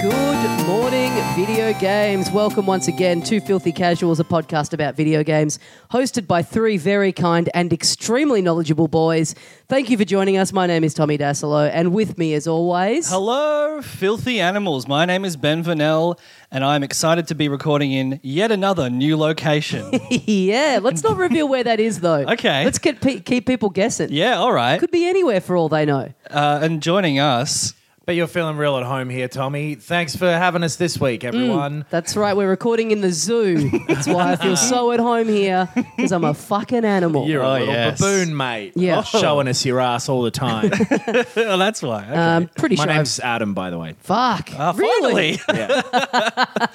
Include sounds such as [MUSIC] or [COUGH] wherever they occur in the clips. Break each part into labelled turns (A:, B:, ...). A: Good morning, video games. Welcome once again to Filthy Casuals, a podcast about video games, hosted by three very kind and extremely knowledgeable boys. Thank you for joining us. My name is Tommy Dasilo, and with me, as always,
B: Hello, filthy animals. My name is Ben Vanel, and I'm excited to be recording in yet another
A: [LAUGHS]
B: new location.
A: [LAUGHS] yeah. Let's not reveal where that is, though.
B: Okay.
A: Let's get pe- keep people guessing.
B: yeah, all right.
A: Could be anywhere for all they know.
B: Uh, and joining us,
C: But you're feeling real at home here, Tommy. Thanks for having us this week,
A: Mm.
C: everyone.
A: That's right. We're recording in the zoo. That's why I
B: [LAUGHS]
A: feel so at home here because I'm a fucking animal.
C: You're
B: Oh,
C: a little
B: yes.
C: baboon, mate.
A: Yeah.
C: Showing us your ass all
A: [LAUGHS]
C: the time.
B: oh, that's why. Okay.
A: I'm pretty
C: My
A: sure.
C: name's Adam, by the way.
A: I've- fuck.
B: Uh,
A: really?
B: finally. [LAUGHS]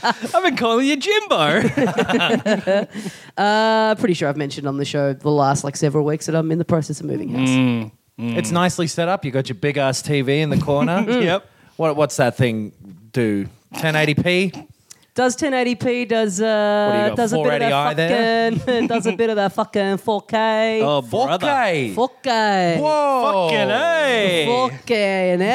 B: I've been calling
A: [LAUGHS]
B: you Jimbo.
A: Uh, pretty sure I've mentioned on the show the last like several weeks that I'm in the process of moving house.
C: Mm. It's nicely set up. You got your big ass TV in the corner.
B: Yep.
C: What, what's that thing do? 1080p?
A: Does 1080p does
C: What do
A: uh
C: you got,
A: does a bit of that
C: 480i there?
A: fucking [LAUGHS] does a bit of that fucking 4K.
B: Oh, brother.
C: 4K.
A: 4K.
C: Whoa.
B: Fucking A.
A: Fucking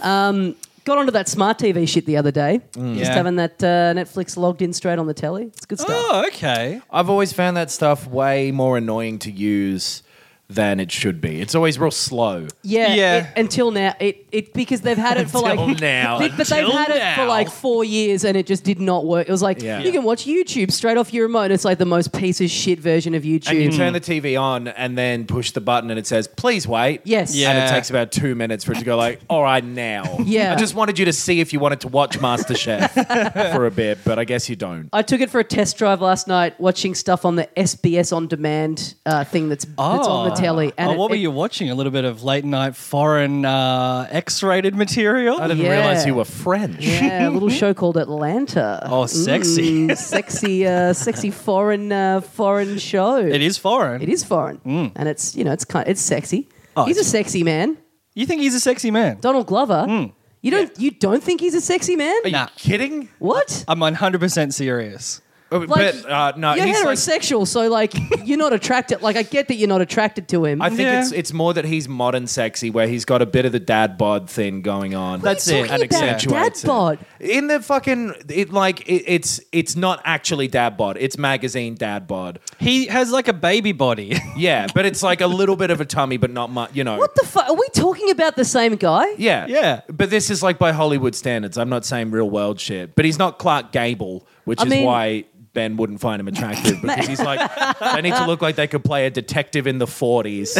A: hell.
C: [LAUGHS]
A: um, got onto that smart TV shit the other day. Just
C: Mm.
B: Yeah.
A: having that uh, Netflix logged in straight on the telly. It's good stuff.
B: Oh, okay.
C: I've always found that stuff way more annoying to use than it should be. It's always real slow.
A: Yeah,
B: Yeah.
A: it- until now, it, it because they've had it for
C: Until
A: like
C: now.
A: but but they've
B: Until
A: had it for
B: now.
A: like four years and it just did not work. It was like
C: Yeah.
A: you can watch YouTube straight off your remote. And it's like the most piece of shit version of YouTube.
C: And you turn the TV on and then push the button and it says, please wait.
A: Yes.
C: And
B: Yeah.
C: it takes about two minutes for it to go like, all right, [LAUGHS] now.
A: Yeah.
C: I just wanted you to see if you wanted to watch [LAUGHS] MasterChef for a bit, but I guess you don't.
A: I took it for a test drive last night, watching stuff on the SBS on demand uh, thing that's that's on the telly.
B: Oh,
A: it-
B: what were
A: it-
B: you watching? A little bit of late night foreign uh, X-rated material.
C: I didn't
A: Yeah.
C: realize you were French.
A: Yeah, a little
B: [LAUGHS]
A: show called Atlanta.
B: Oh, sexy.
A: Mm, sexy, uh, sexy foreign uh, foreign show.
B: It Mm. is foreign.
A: It is foreign, and it's you know it's kind it's sexy.
B: Oh,
A: he's a sexy man,
B: You think he's a sexy man?
A: Donald Glover. You don't you don't think he's a sexy man?
C: Hmm. Are you
B: Nah.
C: kidding?
A: What?
B: I'm 100% serious.
C: Uh,
A: Like,
C: but uh, no,
A: you're
C: he's like,
A: heterosexual, so like [LAUGHS] you're not attracted. Like I get that you're not attracted to him.
C: I think
B: Yeah.
C: it's it's more that he's modern sexy, where he's got a bit of the dad bod thing going on.
B: That's it.
A: talking about? Dad bod?
C: In the fucking it like it, it's it's not actually dad bod. It's magazine dad bod.
B: He has like a baby body. [LAUGHS]
C: Yeah, but it's like a little bit of a tummy, but not much. You know.
A: What the fuck? Are we talking about the same guy?
C: Yeah.
B: Yeah.
C: But this is like by Hollywood standards. I'm not saying real world shit. But he's not Clark Gable, which
A: I
C: is
A: mean-
C: why Ben wouldn't find him
A: [LAUGHS]
C: attractive because he's like, they need to look like they could play a detective in
A: [LAUGHS]
C: the 40s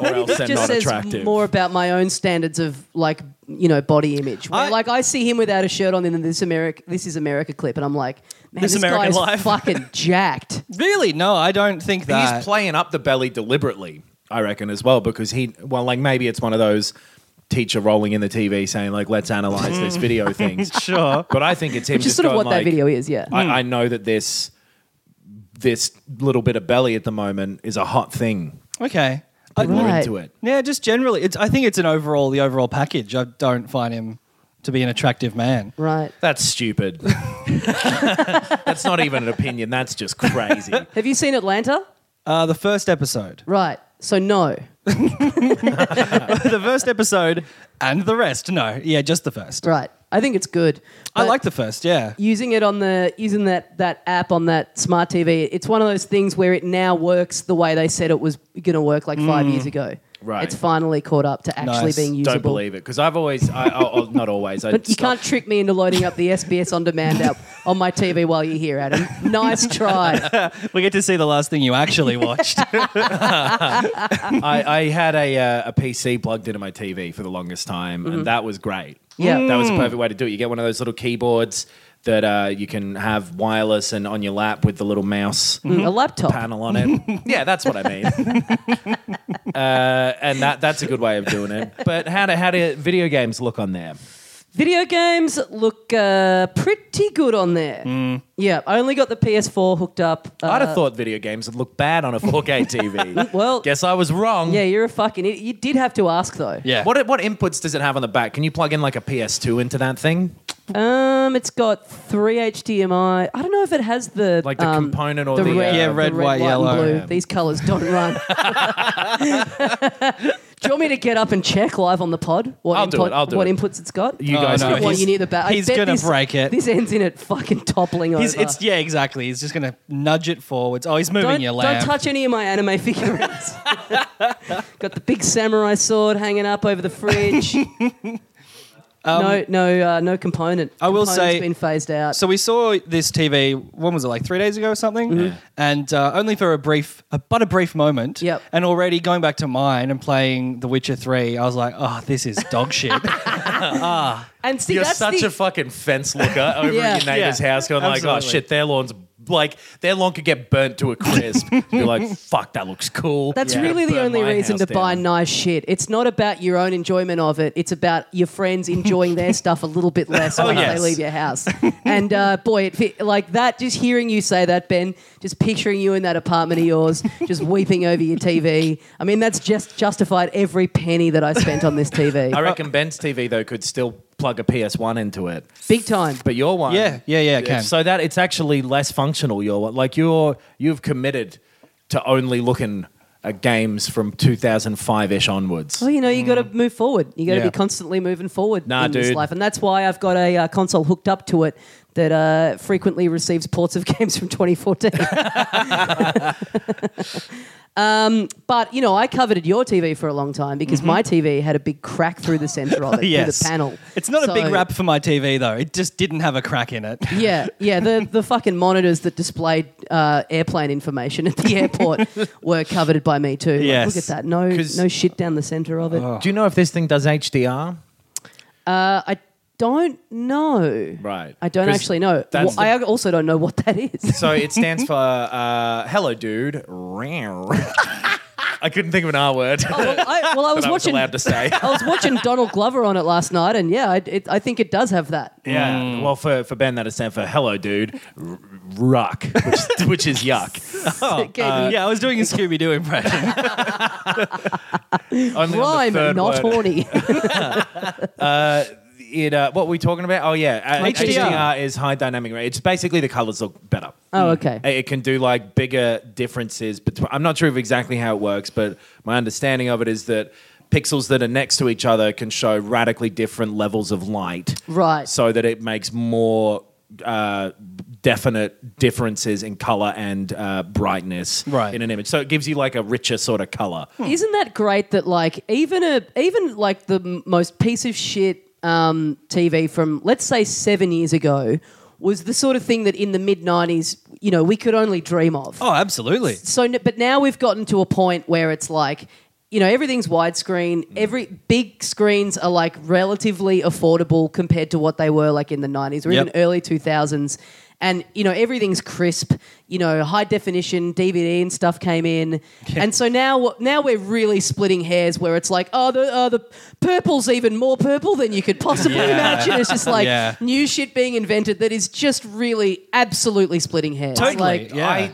C: or else they're
A: just
C: not
A: says
C: attractive.
A: more about my own standards of like you know body image. Where,
B: I-
A: like I see him without a shirt on in the this America this is America clip, and I'm like, man,
B: This
A: this, guy
B: American
A: is
C: [LAUGHS]
B: Life.
A: fucking jacked.
B: really? No, I don't think that.
C: He's playing up the belly deliberately, I reckon, as well, because he, well, like maybe it's one of those teacher rolling in the TV saying, like, let's analyze this
A: [LAUGHS]
C: video things.
B: sure.
C: But I think it's him
A: Which is
C: just
A: sort of
C: going
A: what that
C: like,
A: video Hmm. is, yeah.
C: I, I know that this this little bit of belly at the moment is a hot thing.
B: Okay. I-
C: People
A: Right.
C: are into it.
B: yeah, just generally, it's. I think it's an overall the overall package. I don't find him to be an attractive man.
A: right.
C: That's stupid. [LAUGHS] that's not even an opinion. That's just crazy.
A: Have you seen Atlanta?
B: Uh, the first episode, [LAUGHS]
A: Right. So no.
B: the first episode, and the rest. No, yeah, just the first.
A: Right. I think it's good.
B: I
A: But
B: like the first. Yeah.
A: using it on the using that that app on that smart TV. It's one of those things where it now works the way they said it was going to work like five years ago.
C: Mm. Right.
A: It's finally caught up to actually
B: Nice.
A: being usable.
C: Don't believe it because I've always, I, I, oh, not always. I
A: But you
C: stop- [LAUGHS]
A: can't trick me into loading up the SBS on demand app on my TV while you're here, Adam. Nice
C: [LAUGHS]
A: try.
B: We get to see the last thing
A: [LAUGHS]
B: you actually watched.
C: I, I had a, uh, a PC plugged into my TV for the longest time, and that was great.
A: Mm-hmm. Yeah.
C: that was a perfect way to do it. You get one of those little keyboards that uh, you can have wireless and on your lap with the little mouse
A: A laptop.
C: panel on
A: [LAUGHS]
C: it. yeah, that's what I mean. uh, and that that's a good way of doing it. But how do how do video games look on there?
A: Video games look uh, pretty good on there.
C: Mm.
A: Yeah, I only got the PS4 hooked up. Uh,
C: I'd have thought video games would look bad on
A: [LAUGHS]
C: a 4K TV.
A: Well-
C: guess I was wrong.
A: yeah, you're a fucking. Idiot. You did have to ask though.
B: yeah.
C: What what inputs does it have on the back? Can you plug in like a PS2 into that thing,
A: Um, it's got three HDMI. I don't know if it has the
C: like the
A: um,
C: component or
A: the
C: the,
A: red,
C: uh,
B: Yeah, red,
A: the
B: white,
A: and
B: yellow.
A: blue.
B: Yeah.
A: These colours don't
C: [LAUGHS]
A: run. do you want me to get up and check live on the pod what,
C: I'll do
A: input-
C: it, I'll do
A: what
C: it.
A: inputs it's got?
C: You guys
B: Oh, no,
C: can-
A: I want
B: he's-
A: you near the back. I
B: he's
A: bet
B: gonna
A: this-
B: break it.
A: This ends in it fucking toppling
B: He's,
A: over.
B: it's yeah, exactly. He's just gonna nudge it forwards. Oh, he's moving
A: don't,
B: your
A: don't
B: lamp.
A: touch any of my anime [LAUGHS]
B: [LAUGHS]
A: figurines. got the big samurai sword hanging up over the
B: [LAUGHS]
A: fridge. no, no, uh, no component.
B: Um, I will
A: Component's
B: say-
A: been phased out.
B: So we saw this TV. When was it? Like three days ago or something.
A: Mm-hmm.
B: And uh, only for a brief, uh, but a brief moment.
A: Yep.
B: And already going back to mine and playing The Witcher Three, I was like, oh, this is dog shit.
A: [LAUGHS] and see,
C: You're
A: that's
C: such
A: the,
C: a fucking
A: [LAUGHS]
C: fence looker over
A: Yeah.
C: at your neighbor's
B: Yeah.
C: house, going like, "Oh
B: Absolutely.
C: shit, their lawn's like their lawn could get burnt to
A: [LAUGHS]
C: a crisp." You're like, "Fuck, that looks cool."
A: That's
C: Yeah.
A: really the
C: Burn
A: only
C: my
A: reason to
C: house
A: buy
C: down.
A: nice shit. It's not about your own enjoyment of it. It's about your friends enjoying
C: [LAUGHS]
A: their stuff a little bit less once
C: Oh, yes.
A: they leave your
C: [LAUGHS]
A: house. and uh, boy, it fit, like that. Just hearing you say that, Ben. Just picturing you in that apartment of yours,
C: [LAUGHS]
A: just weeping over your TV. I mean, that's just justified every penny that I spent on this TV.
C: [LAUGHS] I reckon Ben's TV though could still plug a PS1 into it,
A: Big time.
C: but your one,
B: Yeah, yeah, yeah, it can.
C: So that it's actually less functional. Your one, like you're you've committed to only looking at games from 2005 ish onwards.
A: Well, Oh, you know, you got to
B: Mm.
A: move forward. You got to
C: Yeah.
A: be constantly moving forward
C: Nah,
A: in this
C: dude.
A: life, and that's why I've got a uh, console hooked up to it that uh, frequently receives ports of [LAUGHS] games from 2014. [LAUGHS] um, but you know, I coveted your TV for a long time because my TV had a big crack through the center of it,
B: Mm-hmm. [LAUGHS] yes.
A: through the panel.
B: It's not a
A: So-
B: big rap for my TV though. It just didn't have a crack in it.
A: yeah, yeah. The the fucking monitors that displayed uh, airplane information at the [LAUGHS] airport were coveted by me too. Like,
B: Yes. Oh,
A: look at that. No,
C: 'Cause-
A: no shit down the center of it.
C: Do you know if this thing does HDR?
A: Uh, I don't know.
C: Right.
A: I don't
C: 'Cause
A: actually know.
C: that's
A: Wha- I also don't know what that is.
C: So it stands for uh, "Hello, dude." [LAUGHS] I couldn't think of an R word. [LAUGHS]
A: Oh, well, I, well, I was
C: I was
A: watching.
C: allowed to say.
A: [LAUGHS] I was
C: [LAUGHS]
A: watching Donald Glover on it last night, and yeah, I, it, I think it does have that.
C: [LAUGHS] Yeah. Well, for, for Ben, that is stand for "Hello, dude." R- ruck, which, [LAUGHS] which is yuck.
A: It
C: uh,
A: gave me
B: Uh, yeah, I was doing
A: [LAUGHS]
B: a Scooby Doo impression.
C: Only
A: Rhyme,
C: third
A: not
C: word. [LAUGHS]
A: horny.
C: It, uh, what were we talking about? Oh yeah, uh,
B: HDR.
C: HDR. is high dynamic range. It's basically the colors look better.
A: oh, okay.
C: It it can do like bigger differences between. I'm not sure of exactly how it works, but my understanding of it is that pixels that are next to each other can show radically different levels of light.
A: Right.
C: So that it makes more uh, definite differences in color and uh, brightness
B: Right.
C: in an image. So it gives you like a richer sort of color.
A: Isn't that great that like even a even like the m- most piece of shit um, TV from let's say seven years ago was the sort of thing that in the mid '90s you know we could only dream of.
B: oh, absolutely.
A: so n- but now we've gotten to a point where it's like you know everything's widescreen
B: Mm.
A: every big screens are like relatively affordable compared to what they were like in the 90s or even
B: Yep.
A: early 2000s and you know everything's crisp you know high definition dvd and stuff came in and so now now we're really splitting hairs where it's like oh the oh, the purple's even more purple than you could possibly
B: Yeah.
A: imagine it's just like
B: Yeah.
A: new shit being invented that is just really absolutely splitting hairs
B: Totally.
A: like
B: Yeah.
C: I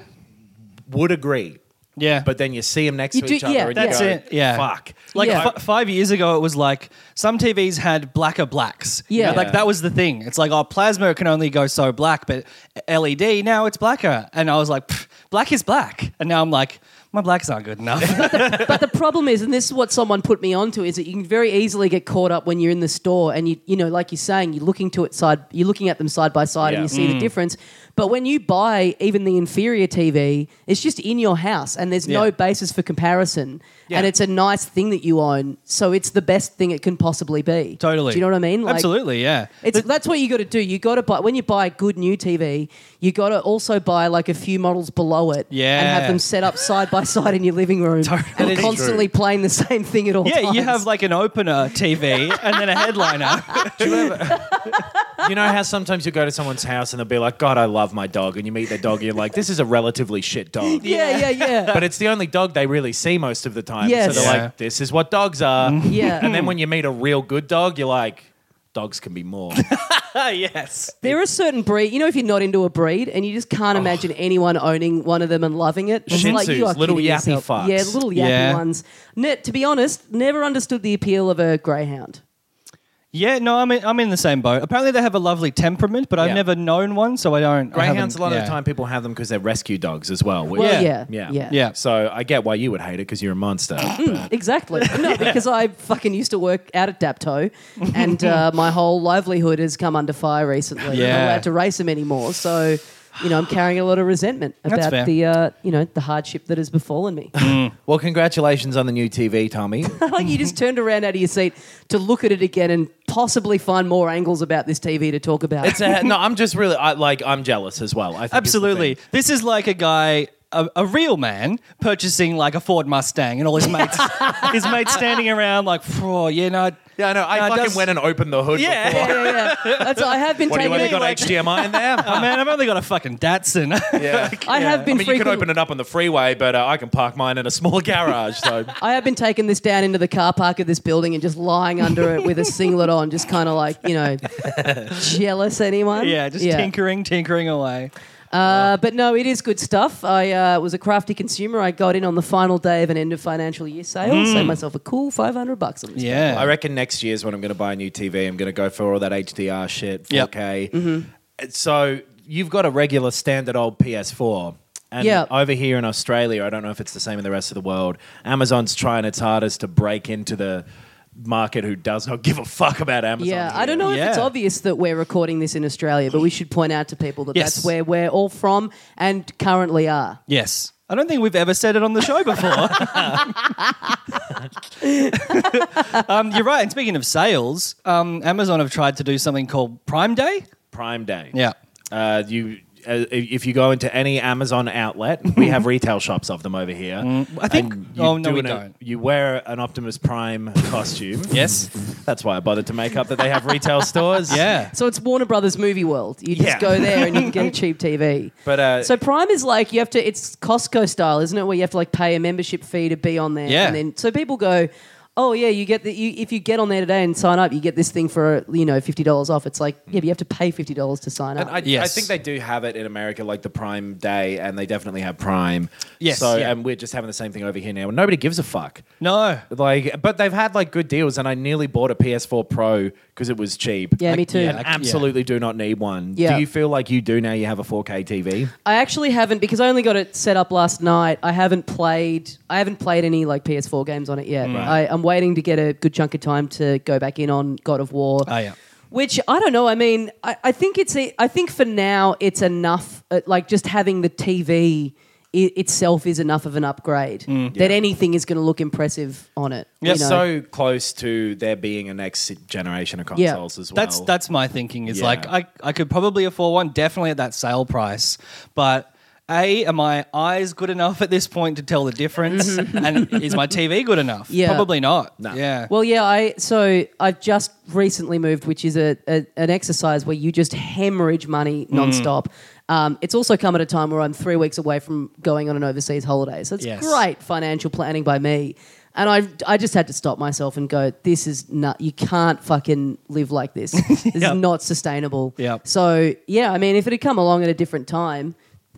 C: would agree.
B: Yeah,
C: But then you see them next
A: You
C: to
A: do-
C: each other
A: yeah,
C: and
A: That's
C: you go,
B: it, yeah.
C: fuck.
B: Like
A: Yeah.
B: f- five years ago, it was like some TVs had blacker blacks. You
A: Yeah.
B: know, like that was the thing. It's like, oh, plasma can only go so E black, but LED now it's blacker. And I was like, "Pff, black is black. And now I'm like, my blacks aren't
A: [LAUGHS]
B: good enough. [LAUGHS]
A: but the problem is, and this is what someone put me onto, is that you can very easily get caught up when you're in the store and you, you know, like you're saying, you're looking to it side, you're looking at them side by side
C: Yeah.
A: and you see
B: Mm.
A: the difference. But when you buy even the inferior TV, it's just in your house and there's
B: Yeah.
A: no basis for comparison.
B: Yeah.
A: And it's a nice thing that you own, so it's the best thing it can possibly be.
B: totally.
A: Do you know what I mean?
B: Absolutely, yeah.
A: It's, that's what you got to do. You got to buy when you buy a good new TV. You got to also buy like a few models below it, and
B: Yeah.
A: have them set up side by side in your living room,
B: That
A: and
B: is
A: constantly playing the same thing at all
B: yeah,
A: times.
B: you have like an opener TV and then a
A: [LAUGHS]
B: headliner.
C: You know how sometimes you go to someone's house and they'll be like, God, I love my dog. And you meet their dog and you're like, this is a relatively shit dog.
A: yeah, yeah, yeah,
C: But it's the only dog they really see most of the time.
A: Yes. Mm-hmm.
C: So they're
B: Yeah.
C: like, this is what dogs are.
A: yeah.
C: And then when you meet a real good dog, you're like, dogs can be
A: [LAUGHS]
C: more.
B: [LAUGHS] yes.
A: there are certain breed. You know, if you're not into a breed, and you just can't imagine anyone owning one of them and loving it. It's
C: Shih
A: like you
C: Tzus,
A: are
C: little
A: kidding
C: yappy
A: yourself.
C: fucks.
A: Yeah, little yappy
B: Yeah.
A: ones. Ne- to be honest, never understood the appeal of a greyhound.
B: Yeah, no, I'm in, I'm in the same boat. Apparently, they have a lovely temperament, but I've
C: Yeah.
B: never known one, so I don't. I
C: Greyhounds, a
B: haven't-
C: lot of
B: yeah.
C: the time, people have them because they're rescue dogs as well. which-
A: Well, yeah,
B: Yeah.
C: Yeah.
A: yeah. Mm.
B: Yeah.
C: So I get why you would hate it because you're a monster. but- [LAUGHS]
A: Exactly. No, because I fucking used to work out at Dapto, and
C: [LAUGHS]
A: uh, my whole livelihood has come under fire recently. I'm
B: Yeah.
A: not allowed to race them anymore, so you know I'm carrying a lot of resentment
B: fair.
A: about the uh, you know the hardship that has befallen me.
C: well, congratulations on the new
A: [LAUGHS]
C: TV, Tommy.
A: like you just turned around out of your seat to look at it again and possibly find more angles about this TV to talk about.
C: It's a, no, I'm just really I, like I'm jealous as well. I think it's the
B: Absolutely.
C: thing.
B: This is like a guy, a, a real man, purchasing like a Ford Mustang, and all his mates,
C: [LAUGHS]
B: his mates standing around like, "Phew, yeah, no,
C: Yeah, I know. I
B: No, it
C: fucking
B: does-
C: went and opened the hood.
A: [LAUGHS]
B: Yeah.
C: Before.
A: yeah, yeah, yeah. That's, I have been
C: What do you
A: taking.
C: want? They
A: it-
C: got HDMI in
A: [LAUGHS]
C: there.
B: [LAUGHS] oh, man, I've only got a fucking Datsun." [LAUGHS]
C: yeah.
A: I have
C: I
A: been
C: mean, you can
A: frequently-
C: open it up on the freeway, but uh, I can park mine in a small [LAUGHS] garage. So
A: I have been taking this down into the car park of this building and just lying under it
B: [LAUGHS]
A: with a singlet on, just kind of like, you know, jealous anyone.
B: yeah, just tinkering, tinkering away.
A: Uh, but no, it is good stuff. I uh, was a crafty consumer. I got in on the final day of an end of financial year sale, saved myself a cool 500 bucks on this.
B: Mm. Yeah,
C: I reckon next year's when I'm going to buy a new TV, I'm going to go for all that HDR shit, 4K.
A: Mm-hmm.
C: So you've got a regular standard old PS4. And
A: Yeah.
C: over here in Australia, I don't know if it's the same in the rest of the world. Amazon's trying its hardest to break into the market who does not give a fuck about Amazon.
A: Yeah,
C: here.
A: I don't know if it's
B: Yeah.
A: obvious that we're recording this in Australia, but we should point out to people that
B: Yes.
A: that's where we're all from and currently are.
B: yes. I don't think we've ever said it on the show
C: [LAUGHS]
B: before. [LAUGHS] um, you're right. And speaking of sales, um, Amazon have tried to do something called Prime Day.
C: Prime Day.
B: Yeah.
C: Uh, you. Uh, if you go into any Amazon outlet,
B: [LAUGHS]
C: we have retail shops of them over here.
B: I think-
C: And
B: oh, no,
C: do
B: we
C: an-
B: don't.
C: You wear an Optimus Prime costume.
B: [LAUGHS] Yes.
C: That's why I bothered to make up that they have retail
B: [LAUGHS]
C: stores.
B: Yeah.
A: So it's Warner Brothers Movie World. You just
C: Yeah.
A: go there and you can get
B: [LAUGHS]
A: a cheap TV.
C: But uh,
A: So Prime is like you have to. It's Costco style, isn't it? Where you have to like pay a membership fee to be on there.
B: Yeah.
A: And then so people go, oh yeah, you get the you, if you get on there today and sign up, you get this thing for you know fifty dollars off. It's like yeah, but you have to pay fifty dollars to sign up.
C: and I, I
B: Yes.
C: think they do have it in America, like the Prime Day, and they definitely have Prime.
B: Yes,
C: So
B: yeah.
C: and we're just having the same thing over here now. and Nobody gives a fuck.
B: No.
C: Like, but they've had like good deals, and I nearly bought a PS4 Pro because it was cheap.
A: Yeah, me too.
C: I,
A: Yeah, I-
C: absolutely do not need one.
A: Yeah.
C: Do you feel like you do now? You have a 4K TV.
A: I actually haven't because I only got it set up last night. I haven't played. I haven't played any like PS4 games on it yet. I, I'm waiting to get a good chunk of time to go back in on God of War.
B: Oh, yeah.
A: Which I don't know. I mean, I, I think it's. A, I think for now it's enough. uh, Like just having the TV i itself is enough of an upgrade that anything is going to look impressive on it.
C: We're
A: you know?
C: so close to there being a next generation of
A: Yeah.
C: consoles as well.
B: That's that's my thinking. Is
C: Yeah.
B: like I, I could probably afford one, definitely at that sale price. But a, are my eyes good enough at this point to tell the difference?
C: [LAUGHS]
B: and is my TV good enough?
A: Yeah.
B: probably not. Yeah.
A: Well, yeah, I so I've just recently moved, which is a, a an exercise where you just hemorrhage money
B: Mm.
A: nonstop. Um, it's also come at a time where I'm three weeks away from going on an overseas holiday, so it's
B: Yes.
A: great financial planning by me. And I, I just had to stop myself and go, this is not, you can't fucking live like
B: [LAUGHS]
A: this. This
B: Yep.
A: is not sustainable.
B: Yep.
A: So, yeah, I mean, if it had come along at a different time,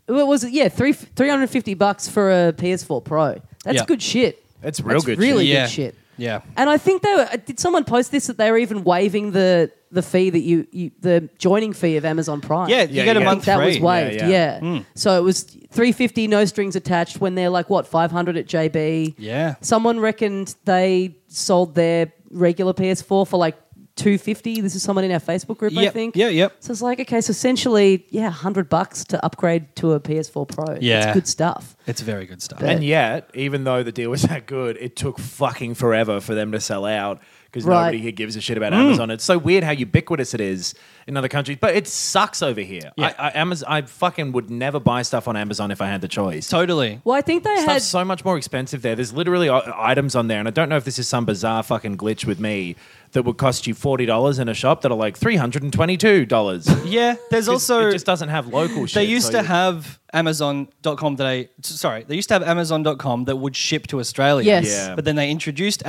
A: what was it? Yeah, three, 350 bucks for a PS4 Pro. That's
B: Yeah.
A: good shit.
C: It's real
A: That's
C: good shit.
A: Really
B: yeah.
A: good shit.
B: Yeah.
A: uh, And I think they were, did someone post this that they were even waiving the the fee that you, you the joining fee of Amazon Prime.
B: Yeah, you
C: Yeah,
B: get a
C: you get-
B: month
A: that was
B: free. Hmm.
A: waived. Yeah,
C: Yeah, yeah.
A: so it was three fifty, no strings attached. When they're like what five hundred at JB.
B: Yeah.
A: someone reckoned they sold their regular PS4 for like two fifty. This is someone in our Facebook group, I
B: Yep,
A: think.
B: yeah, yep.
A: So it's like okay, so essentially, yeah, hundred bucks to upgrade to a PS4 Pro.
B: Yeah.
A: it's good stuff.
B: It's very good stuff.
C: And yet, even though the deal was [LAUGHS] that good, it took fucking forever for them to sell out because
A: Right. Mm.
C: nobody here gives a shit about Amazon. It's so weird how ubiquitous it is in other countries, but it sucks over here.
B: Yeah.
C: I, I, Amazon, I fucking would never buy stuff on Amazon if I had the choice.
B: Totally.
A: Well, I think they had
C: Stuff's so much more expensive there. There's literally i- items on there, and I don't know if this is some bizarre fucking glitch with me that would cost you forty dollars in a shop that are like three hundred and twenty-two
B: [LAUGHS]
C: dollars.
B: Yeah, there's also
C: it just doesn't have local shit.
B: They used
C: so
B: to
C: you-
B: have Amazon.com today. Sorry, they used to have Amazon.com that would ship to Australia.
A: Yes. Yeah.
B: But then they introduced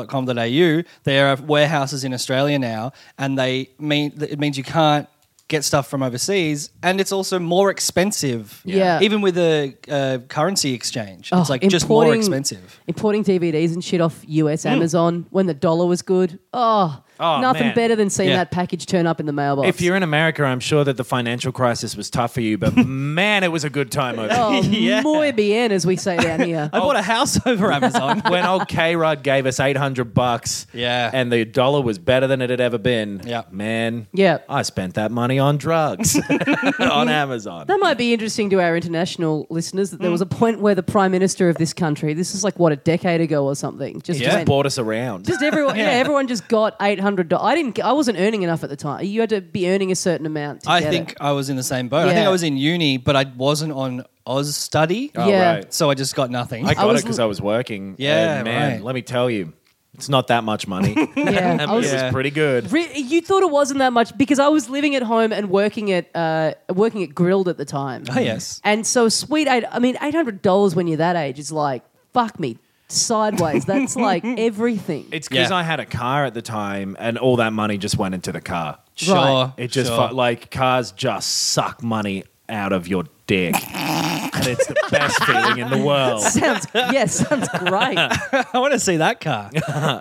B: Amazon.com.au. There are warehouses in Australia now, and they mean it means you can't get stuff from overseas, and it's also more expensive.
A: Yeah. Yeah.
B: Even with a uh, currency exchange, it's
A: Oh,
B: like just more
A: importing-
B: expensive. Mm.
A: Importing DVDs and shit off US Amazon when the dollar was good. Oh,
C: Oh,
A: nothing
C: man.
A: better than seeing
B: Yeah.
A: that package turn up in the mailbox.
C: If you're in America, I'm sure that the financial crisis was tough for
B: [LAUGHS]
C: you, but man, it was a good time over.
A: oh,
C: here.
A: muy bien, as we say
B: [LAUGHS]
A: down here.
B: I bought a
A: [LAUGHS]
B: house over Amazon.
C: When old K Rod gave us 800 bucks,
B: Yeah.
C: and the dollar was better than it had ever been,
B: Yeah.
C: man,
A: Yeah.
C: I spent that money
B: [LAUGHS]
C: on drugs [LAUGHS] on Amazon.
A: That might be interesting to our international listeners that there was
B: Mm.
A: a point where the prime minister of this country, this is like what a decade ago or something, just
C: Just
A: went-
C: bought us around.
A: just
B: [LAUGHS]
A: everyone, yeah. everyone just got eight hundred dollars. I didn't, I wasn't earning enough at the time. You had to be earning a certain amount. To
B: I
A: get
B: think
A: it.
B: I was in the same boat. I think
A: Yeah.
B: I was in uni, but I wasn't on Oz study.
C: Oh,
A: yeah, Oh,
C: right.
B: So I just got nothing.
C: I got it 'cause
A: was
C: it because
A: l-
C: I was working.
B: Yeah,
C: and man.
B: right.
C: Let me tell you, it's not that much money.
A: [LAUGHS] yeah.
B: [LAUGHS]
C: and
A: I was-
C: it was pretty good.
A: Re- you thought it wasn't that much because I was living at home and working at uh, working at Grilled at the time.
B: Oh, yes.
A: And so sweet, eight, I mean, eight hundred dollars when you're that age is like fuck me sideways.
B: [LAUGHS]
A: That's like everything.
C: It's because
B: Yeah.
C: I had a car at the time, and all that money just went into the car.
B: Sure.
A: Right.
C: It just
B: sure.
C: fu- like cars just suck money out of your dick, [LAUGHS] and it's the best feeling in the world.
A: [LAUGHS]
C: [LAUGHS]
A: sounds yes, sounds
B: [LAUGHS]
A: great.
B: I want to see that car.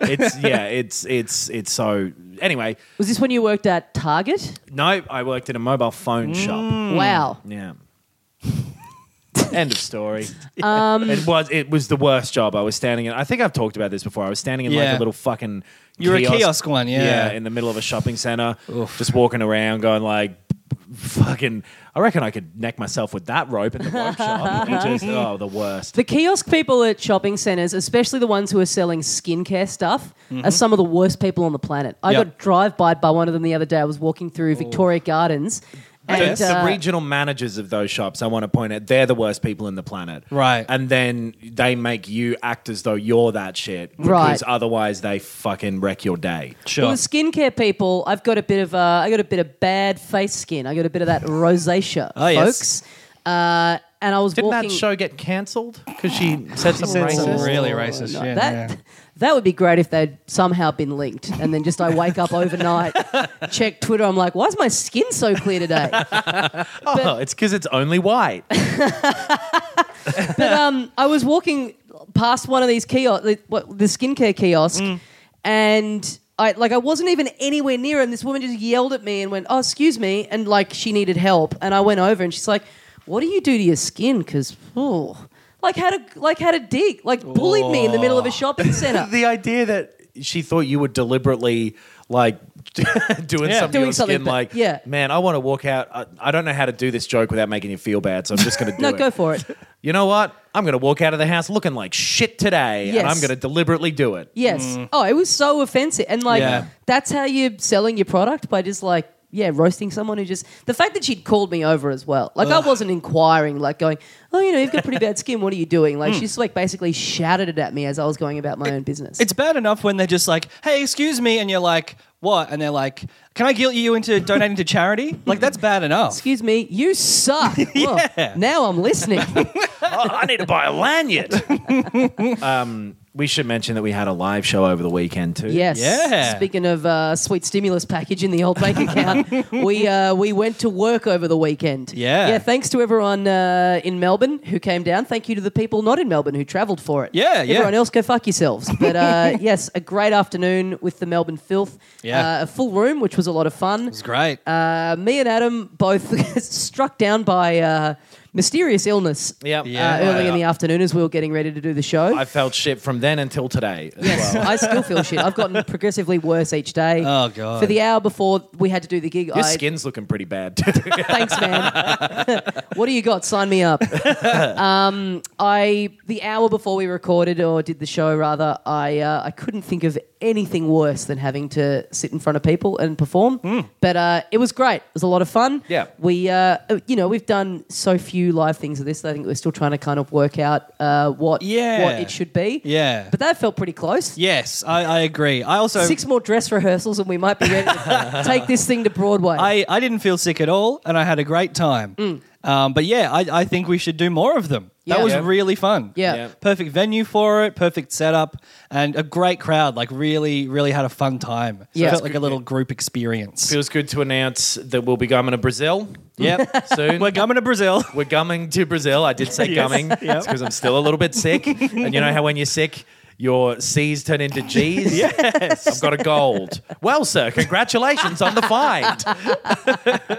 C: It's yeah, it's it's it's so. Anyway,
A: Was this when you worked at Target?
C: no, I worked in a mobile phone shop.
B: Hmm.
A: Wow.
C: Yeah. [LAUGHS] End
B: [LAUGHS]
C: of story.
B: Um,
C: it was it was the worst job. I was standing in. I think I've talked about this before. I was standing in
B: Yeah.
C: like a little fucking.
B: You were a kiosk one, yeah.
C: in the middle of a shopping center, just walking around, going like, fucking. I reckon I could neck myself with that rope in the
B: [LAUGHS]
C: workshop. It just, oh, the worst.
A: The kiosk people at shopping centers, especially the ones who are selling skincare stuff, are some of the worst people on the planet. I
B: Mm-hmm. Yep.
A: got drive by by one of them the other day. I was walking through Victoria Gardens. And,
C: The- the,
A: uh,
C: regional managers of those shops, I want to point out, they're the worst people in the planet.
B: Right.
C: And then they make you act as though you're that shit.
A: Right.
C: Because otherwise they fucking wreck your day.
A: Well,
B: Sure.
A: the skincare people, I've got a bit of uh, I got a bit of bad face skin. I got a bit of that rosacea,
B: [LAUGHS] Oh, yes.
A: folks. Uh, and I was
C: Didn't
A: walking.
C: that show get cancelled? Because she said something
B: said some
C: racist.
B: real- really racist
A: no,
B: shit,
A: That
B: yeah.
A: that would be great if they'd somehow been linked, and then just I wake up
B: [LAUGHS]
A: overnight, check Twitter. I'm like, why is my skin so clear today?
C: Oh, it's because it's only white.
A: But um, I was walking past one of these kiosks, the, what, the skincare kiosk,
C: Mm.
A: and I like I wasn't even anywhere near, and this woman just yelled at me and went, "Oh, excuse me," and like she needed help, and I went over, and she's like, "What do you do to your skin?" Because oh, like had a like had a dig, like bullied me in the middle of a
C: [LAUGHS]
A: shopping center.
C: [LAUGHS] the idea that she thought you were deliberately like [LAUGHS] doing
B: Yeah.
C: something to
A: Doing
C: your
A: something
C: skin,
A: ba-
C: like,
A: yeah.
C: man, I want to walk out. I, I don't know how to do this joke without making you feel bad, so I'm
A: [LAUGHS]
C: just going to do
A: no,
C: it.
A: go for it.
C: You know what? I'm going to walk out of the house looking like shit today,
A: Yes.
C: and I'm going to deliberately do it.
A: Yes. Oh, it was so offensive, and like
B: Mm. Yeah.
A: that's how you're selling your product by just like yeah, roasting someone who just the fact that she'd called me over as well. Like I wasn't inquiring, like going, oh, you know, you've got pretty bad skin. What are you doing?
B: Hmm.
A: Like she's like basically shouted it at me as I was going about my own business.
B: it's bad enough when they're just like, "Hey, excuse me," and you're like, "What?" And they're like, "Can I guilt you into donating to charity?" Like that's bad enough.
A: Excuse me, you
B: [LAUGHS]
A: suck. Well, now I'm listening. [LAUGHS]
C: oh, I need to buy a lanyard. um, We should mention that we had a live show over the weekend too.
A: Yes.
B: Yeah.
A: Speaking of uh, sweet stimulus package in the old bank
B: [LAUGHS]
A: account, we uh, we went to work over the weekend.
B: Yeah.
A: Yeah. Thanks to everyone uh, in Melbourne who came down. Thank you to the people not in Melbourne who travelled for it.
B: Yeah, yeah.
A: Everyone else, go fuck
B: [LAUGHS]
A: yourselves. But uh, yes, a great afternoon with the Melbourne Filth.
B: Yeah.
A: Uh, a full room, which was a lot of fun.
B: It's great.
A: Uh, me and Adam both [LAUGHS] struck down by uh, mysterious illness.
C: Yep.
A: uh,
C: Yeah.
A: early in
C: I-
A: the afternoon, as we were getting ready to do the show.
C: I felt shit from then until today. As
A: Yes,
C: well.
A: I still feel shit. I've gotten progressively worse each day.
B: Oh, God.
A: For the hour before we had to do the gig,
C: Your
A: I
C: skin's looking pretty bad. [LAUGHS] too.
A: thanks, man. [LAUGHS] what do you got? Sign me
B: [LAUGHS]
A: up. um, I the hour before we recorded or did the show, rather, I uh, I couldn't think of anything worse than having to sit in front of people and perform.
B: Hmm.
A: But uh, it was great. It was a lot of fun.
C: Yeah.
A: we uh, you know we've done so few live things of this. that I think we're still trying to kind of work out uh, what
B: Yeah.
A: what it should be.
B: Yeah.
A: but that felt pretty close.
B: yes, I, I agree. I also
A: Six more dress rehearsals and we might be ready to take this thing to Broadway.
B: I, I didn't feel sick at all, and I had a great time. Um, but yeah, I, I think we should do more of them.
A: Mm. Yeah.
B: That was
A: Yeah.
B: really fun.
A: Yeah.
C: Yeah.
B: Perfect venue for it, perfect setup, and a great crowd. Like, really, really had a fun time. So
A: Yeah.
B: It felt like a little group experience.
C: Feels good to announce that we'll be going to Brazil [LAUGHS]
B: yep.
C: soon.
B: We're coming to Brazil.
C: We're gumming to Brazil. I did say gumming. It's because I'm still a little bit sick. and you know how when you're sick, your C's turn into G's? yes. I've got a gold. Well, sir, congratulations on the find.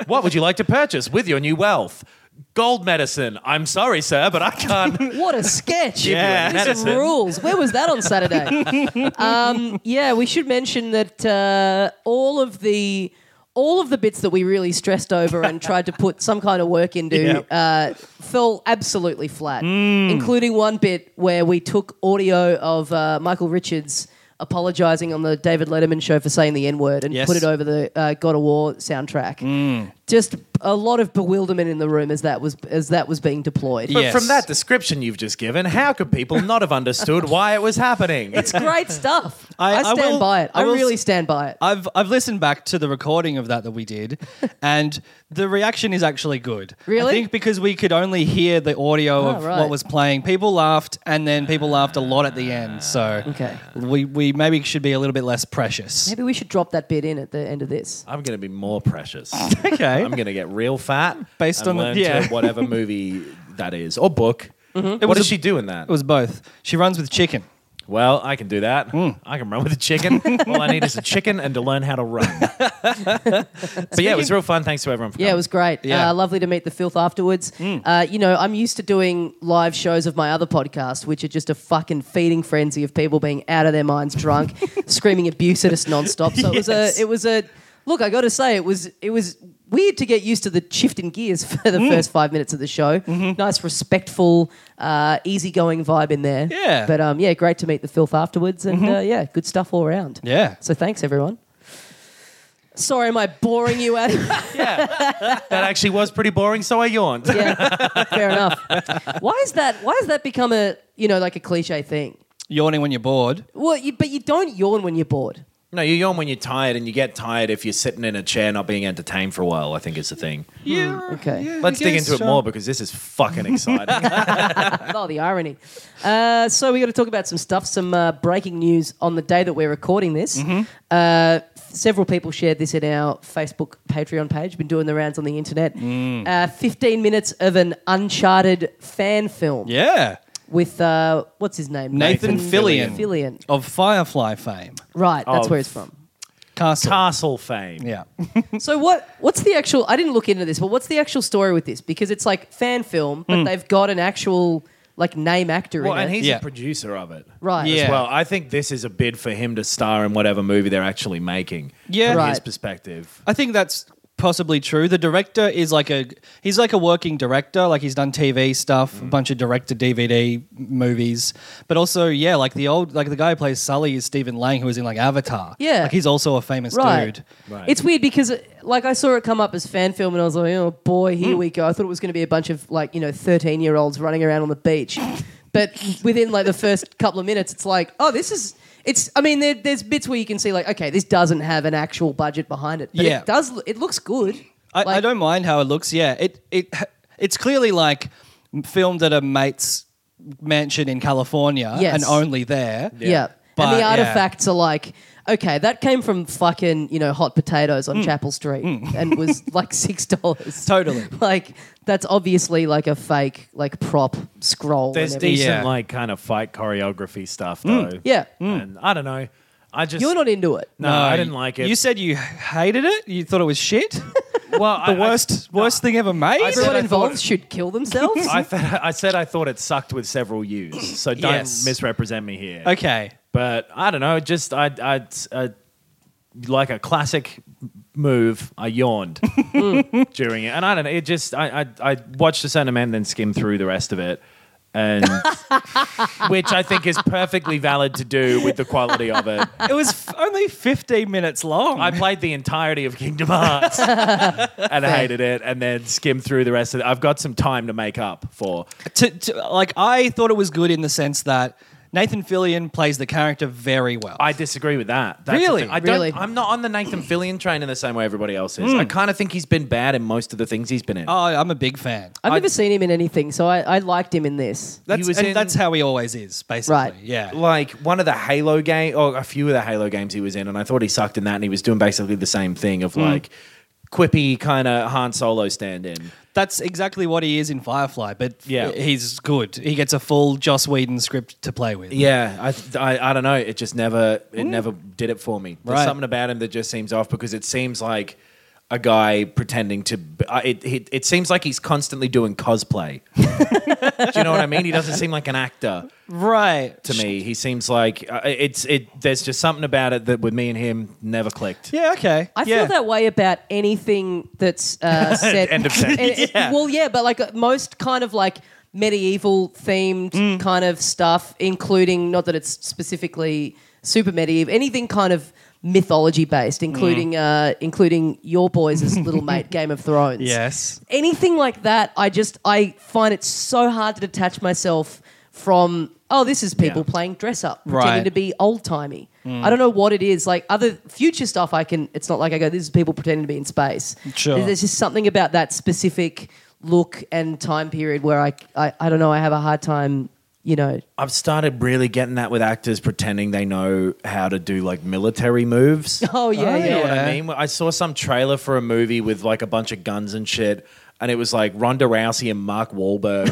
C: what would you like to purchase with your new wealth? Gold medicine. I'm sorry, sir, but I can't.
A: [LAUGHS] What a sketch!
C: Yeah,
A: This is
C: medicine.
A: rules. Where was that on Saturday? um, yeah, we should mention that uh, all of the all of the bits that we really stressed over and tried to put some kind of work into uh, fell absolutely flat, including one bit where we took audio of uh, Michael Richards. Apologizing on the David Letterman show for saying the N word and
B: Yes.
A: put it over the uh, God of War soundtrack. Just a lot of bewilderment in the room as that was as that was being deployed.
C: But
B: Yes.
C: from that description you've just given, how could people not have understood why it was happening?
A: It's great stuff. I,
B: I- I
A: stand
B: will-
A: by it. I,
B: I will
A: really
B: s-
A: stand by it.
B: I've I've listened back to the recording of that that
A: [LAUGHS]
B: we did, and the reaction is actually good.
A: Really?
B: I think because we could only hear the audio
A: Ah,
B: of
A: right.
B: what was playing. People laughed, and then people laughed a lot at the end. So
A: Ah, Okay.
B: we we maybe should be a little bit less precious.
A: Maybe we should drop that bit in at the end of this.
C: I'm going to be more precious.
B: [LAUGHS] Okay.
C: I'm going to get real fat
B: Based
C: and
B: on the-
C: learn
B: yeah. Mm-hmm. [LAUGHS]
C: to whatever movie that is or book. What
B: was
C: does
B: a-
C: she do in that?
B: It was both. She runs with chicken.
C: well, I can do that.
B: Mm.
C: I can run with a chicken. All I need is a chicken and to learn how to
B: [LAUGHS]
C: run. but yeah, it was real fun. Thanks to everyone. For
A: Yeah, it was great.
B: Um, Yeah. Hmm.
A: Uh, lovely to meet the filth afterwards. Uh, you know, I'm used to doing live shows of my other podcast, which are just a fucking feeding frenzy of people being out of their minds,
B: [LAUGHS]
A: drunk, screaming abuse at us nonstop. So it was a, it was a. Look, I got to say, it was it was weird to get used to the shift in gears [LAUGHS] for
B: Hmm.
A: the first five minutes of the show.
B: Mm-hmm.
A: Nice, respectful, uh, easygoing vibe in there.
B: Yeah. Mm-hmm.
A: But um, yeah, great to meet the filth afterwards, and uh, yeah, good stuff all around.
B: Yeah.
A: So thanks everyone. Sorry, am I boring you, Adam?
C: coming. That actually was pretty boring, so I yawned.
B: [LAUGHS]
A: yeah, fair enough. Why is that? Why has that become a you know like a cliche thing?
B: Yawning when you're bored.
A: Well, you, but you don't yawn when you're bored.
C: No, you yawn when you're tired, and you get tired if you're sitting in a chair not being entertained for a while, I think is the thing.
A: Hmm.
B: Yeah.
A: Okay. yeah,
C: Let's dig into it more because this is fucking exciting.
B: [LAUGHS]
A: Oh, the irony. Uh, so we got to talk about some stuff, some uh, breaking news on the day that we're recording this.
B: Mm-hmm.
A: Uh, several people shared this in our Facebook Patreon page. Been doing the rounds on the internet.
B: Mm.
A: Uh, Fifteen minutes of an Uncharted fan film
B: Yeah.
A: with uh, what's his name?
B: Nathan, Fillion.
A: Fillion.
B: Of Firefly fame.
A: Right, that's
C: Oh,
A: where it's from.
B: Castle.
C: Castle fame.
B: yeah.
A: So what? What's the actual? I didn't look into this, but what's the actual story with this? Because it's like fan film, but
B: Hmm.
A: they've got an actual like name actor
C: Well,
A: in
C: and
A: it,
C: he's
B: Yeah.
C: a producer of it.
A: right?
B: Yeah.
C: as well. I think this is a bid for him to star in whatever movie they're actually making.
B: Yeah.
C: from his
A: Right.
C: perspective.
B: I think that's possibly true. The director is like a he's like a working director. Like he's done TV stuff,
C: Mm.
B: a bunch of director DVD movies, but also yeah, like the old like the guy who plays Sully is Stephen Lang, who was in like Avatar.
A: Yeah.
B: like he's also a famous
A: Right.
B: dude.
C: Right.
A: It's weird because like I saw it come up as fan film, and I was like, oh boy,
B: Hmm.
A: here we go. I thought it was going to be a bunch of like you know thirteen year olds running around on the beach, but within like the first couple of minutes, it's like, oh, this is. It's. I mean, there, there's bits where you can see like, okay, this doesn't have an actual budget behind it, but
B: Yeah.
A: it does. It looks good.
B: I, I
A: Like-
B: don't mind how it looks. Yeah, it it it's clearly like filmed at a mate's mansion in California
A: Yes.
B: and only there.
A: Yeah. and
B: But,
A: the
B: yeah.
A: artifacts are like, okay, that came from fucking, you know, hot potatoes
C: Mm.
A: on Chapel Street and
C: [LAUGHS]
A: was like $6.
B: Totally.
A: [LAUGHS] like, that's obviously like a fake, like prop scroll.
C: There's
A: and everything.
C: decent
B: Yeah. Mm.
C: like kind of fight choreography stuff though.
A: Mm. Yeah.
C: And I don't know. I just
A: You're not into it.
C: No, I didn't like it.
B: You said you hated it. You thought it was shit. [LAUGHS] the
C: well, the
B: worst, worst thing ever made.
C: I said
A: Everyone
C: I
A: involved
C: thought-
A: should
C: [LAUGHS]
A: kill themselves.
C: I, th- I said I thought it sucked with several U's,
B: [COUGHS]
C: so don't
B: Yes.
C: misrepresent me here.
B: okay.
C: But I don't know. Just I, I, I like a classic move. I yawned during it, and I don't know. It just I, I, I watched the Santa Man, then skimmed through the rest of it, and which I think is perfectly valid to do with the quality of it.
B: It was f- only 15 minutes long.
C: I played the entirety of Kingdom Hearts and I hated it, and then skimmed through the rest of it. I've got some time to make up for.
B: to, to, like I thought it was good in the sense that Nathan Fillion plays the character very well.
C: I disagree with that. That's the
B: Really?
C: thing. I don't,
A: Really?
C: I'm not on the Nathan Fillion train in the same way everybody else is. I kind of think he's been bad in most of the things he's been in.
B: oh, I'm a big fan.
A: I've never seen him in anything, so I, I liked him in this.
B: That's,
C: was
B: and
C: in-
B: that's how he always is, basically.
A: Right.
B: Yeah.
C: like one of the Halo game or a few of the Halo games he was in, and I thought he sucked in that, and he was doing basically the same thing of like quippy kind of Han Solo stand-in.
B: That's exactly what he is in Firefly, but
C: Yeah.
B: he's good. He gets a full Joss Whedon script to play with.
C: Yeah, I, th- I I don't know. It just never it never did it for me. There's
B: Right.
C: something about him that just seems off because it seems like a guy pretending to. b- I- It it, it seems like he's constantly doing cosplay. Do you know what I mean? He doesn't seem like an actor
B: Right.
C: to me. He seems like uh, it's it. There's just something about it that with me and him never clicked.
B: Yeah, okay.
A: I
B: yeah.
A: feel that way about anything that's uh, set.
C: [LAUGHS] End of sentence.
A: [LAUGHS] And- Well, yeah, but like uh, most kind of like medieval themed
C: Mm.
A: kind of stuff, including not that it's specifically super medieval, anything kind of mythology based,
C: Mm.
A: including uh, including your boys' little
C: [LAUGHS]
A: mate Game of Thrones.
B: Yes.
A: Anything like that, I just I find it so hard to detach myself from. Oh, this is people
C: Yeah.
A: playing dress up, pretending
B: Right. Mm.
A: to be old timey. I don't know what it is. Like other future stuff, I can. It's not like I go. This is people pretending to be in space.
B: Sure.
A: There's just something about that specific look and time period where I, I, I don't know. I have a hard time. You know. [LAUGHS]
C: I've started really getting that with actors pretending they know how to do like military moves.
A: Oh yeah,
B: Oh,
A: yeah.
C: You know what
B: Yeah.
C: I mean? I saw some trailer for a movie with like a bunch of guns and shit, and it was like Ronda Rousey and Mark Wahlberg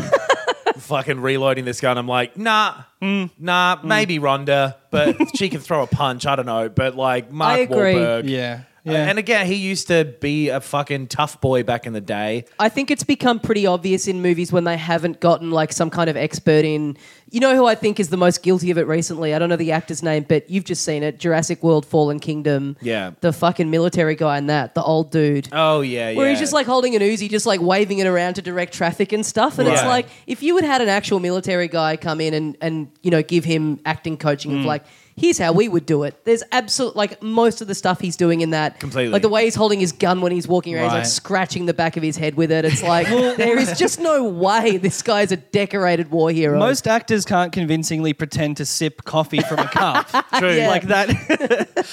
C: fucking reloading this gun. I'm like, nah, nah, maybe Ronda, but she can throw a punch. I don't know, but like Mark
A: I agree.
C: Wahlberg,
B: Yeah.
C: Uh,
B: Yeah.
C: And again, he used to be a fucking tough boy back in the day.
A: I think it's become pretty obvious in movies when they haven't gotten like some kind of expert in. You know who I think is the most guilty of it recently? I don't know the actor's name, but you've just seen it: Jurassic World, Fallen Kingdom.
C: Yeah.
A: the fucking military guy in that, the old dude.
C: Oh yeah, yeah.
A: Where he's just like holding an Uzi, just like waving it around to direct traffic and stuff. And it's
C: Right.
A: like, if you had had an actual military guy come in and, and you know, give him acting coaching
C: Mm.
A: of like, here's how we would do it. There's absolute, like, most of the stuff he's doing in that.
C: Completely.
A: Like, the way he's holding his gun when he's walking around, he's like
B: Right.
A: scratching the back of his head with it.
C: [LAUGHS]
A: It's like, there is just no way this guy's a decorated war hero.
B: Most actors can't convincingly pretend to sip coffee from a [LAUGHS] cup.
C: True.
A: Yeah.
B: Like [LAUGHS] that.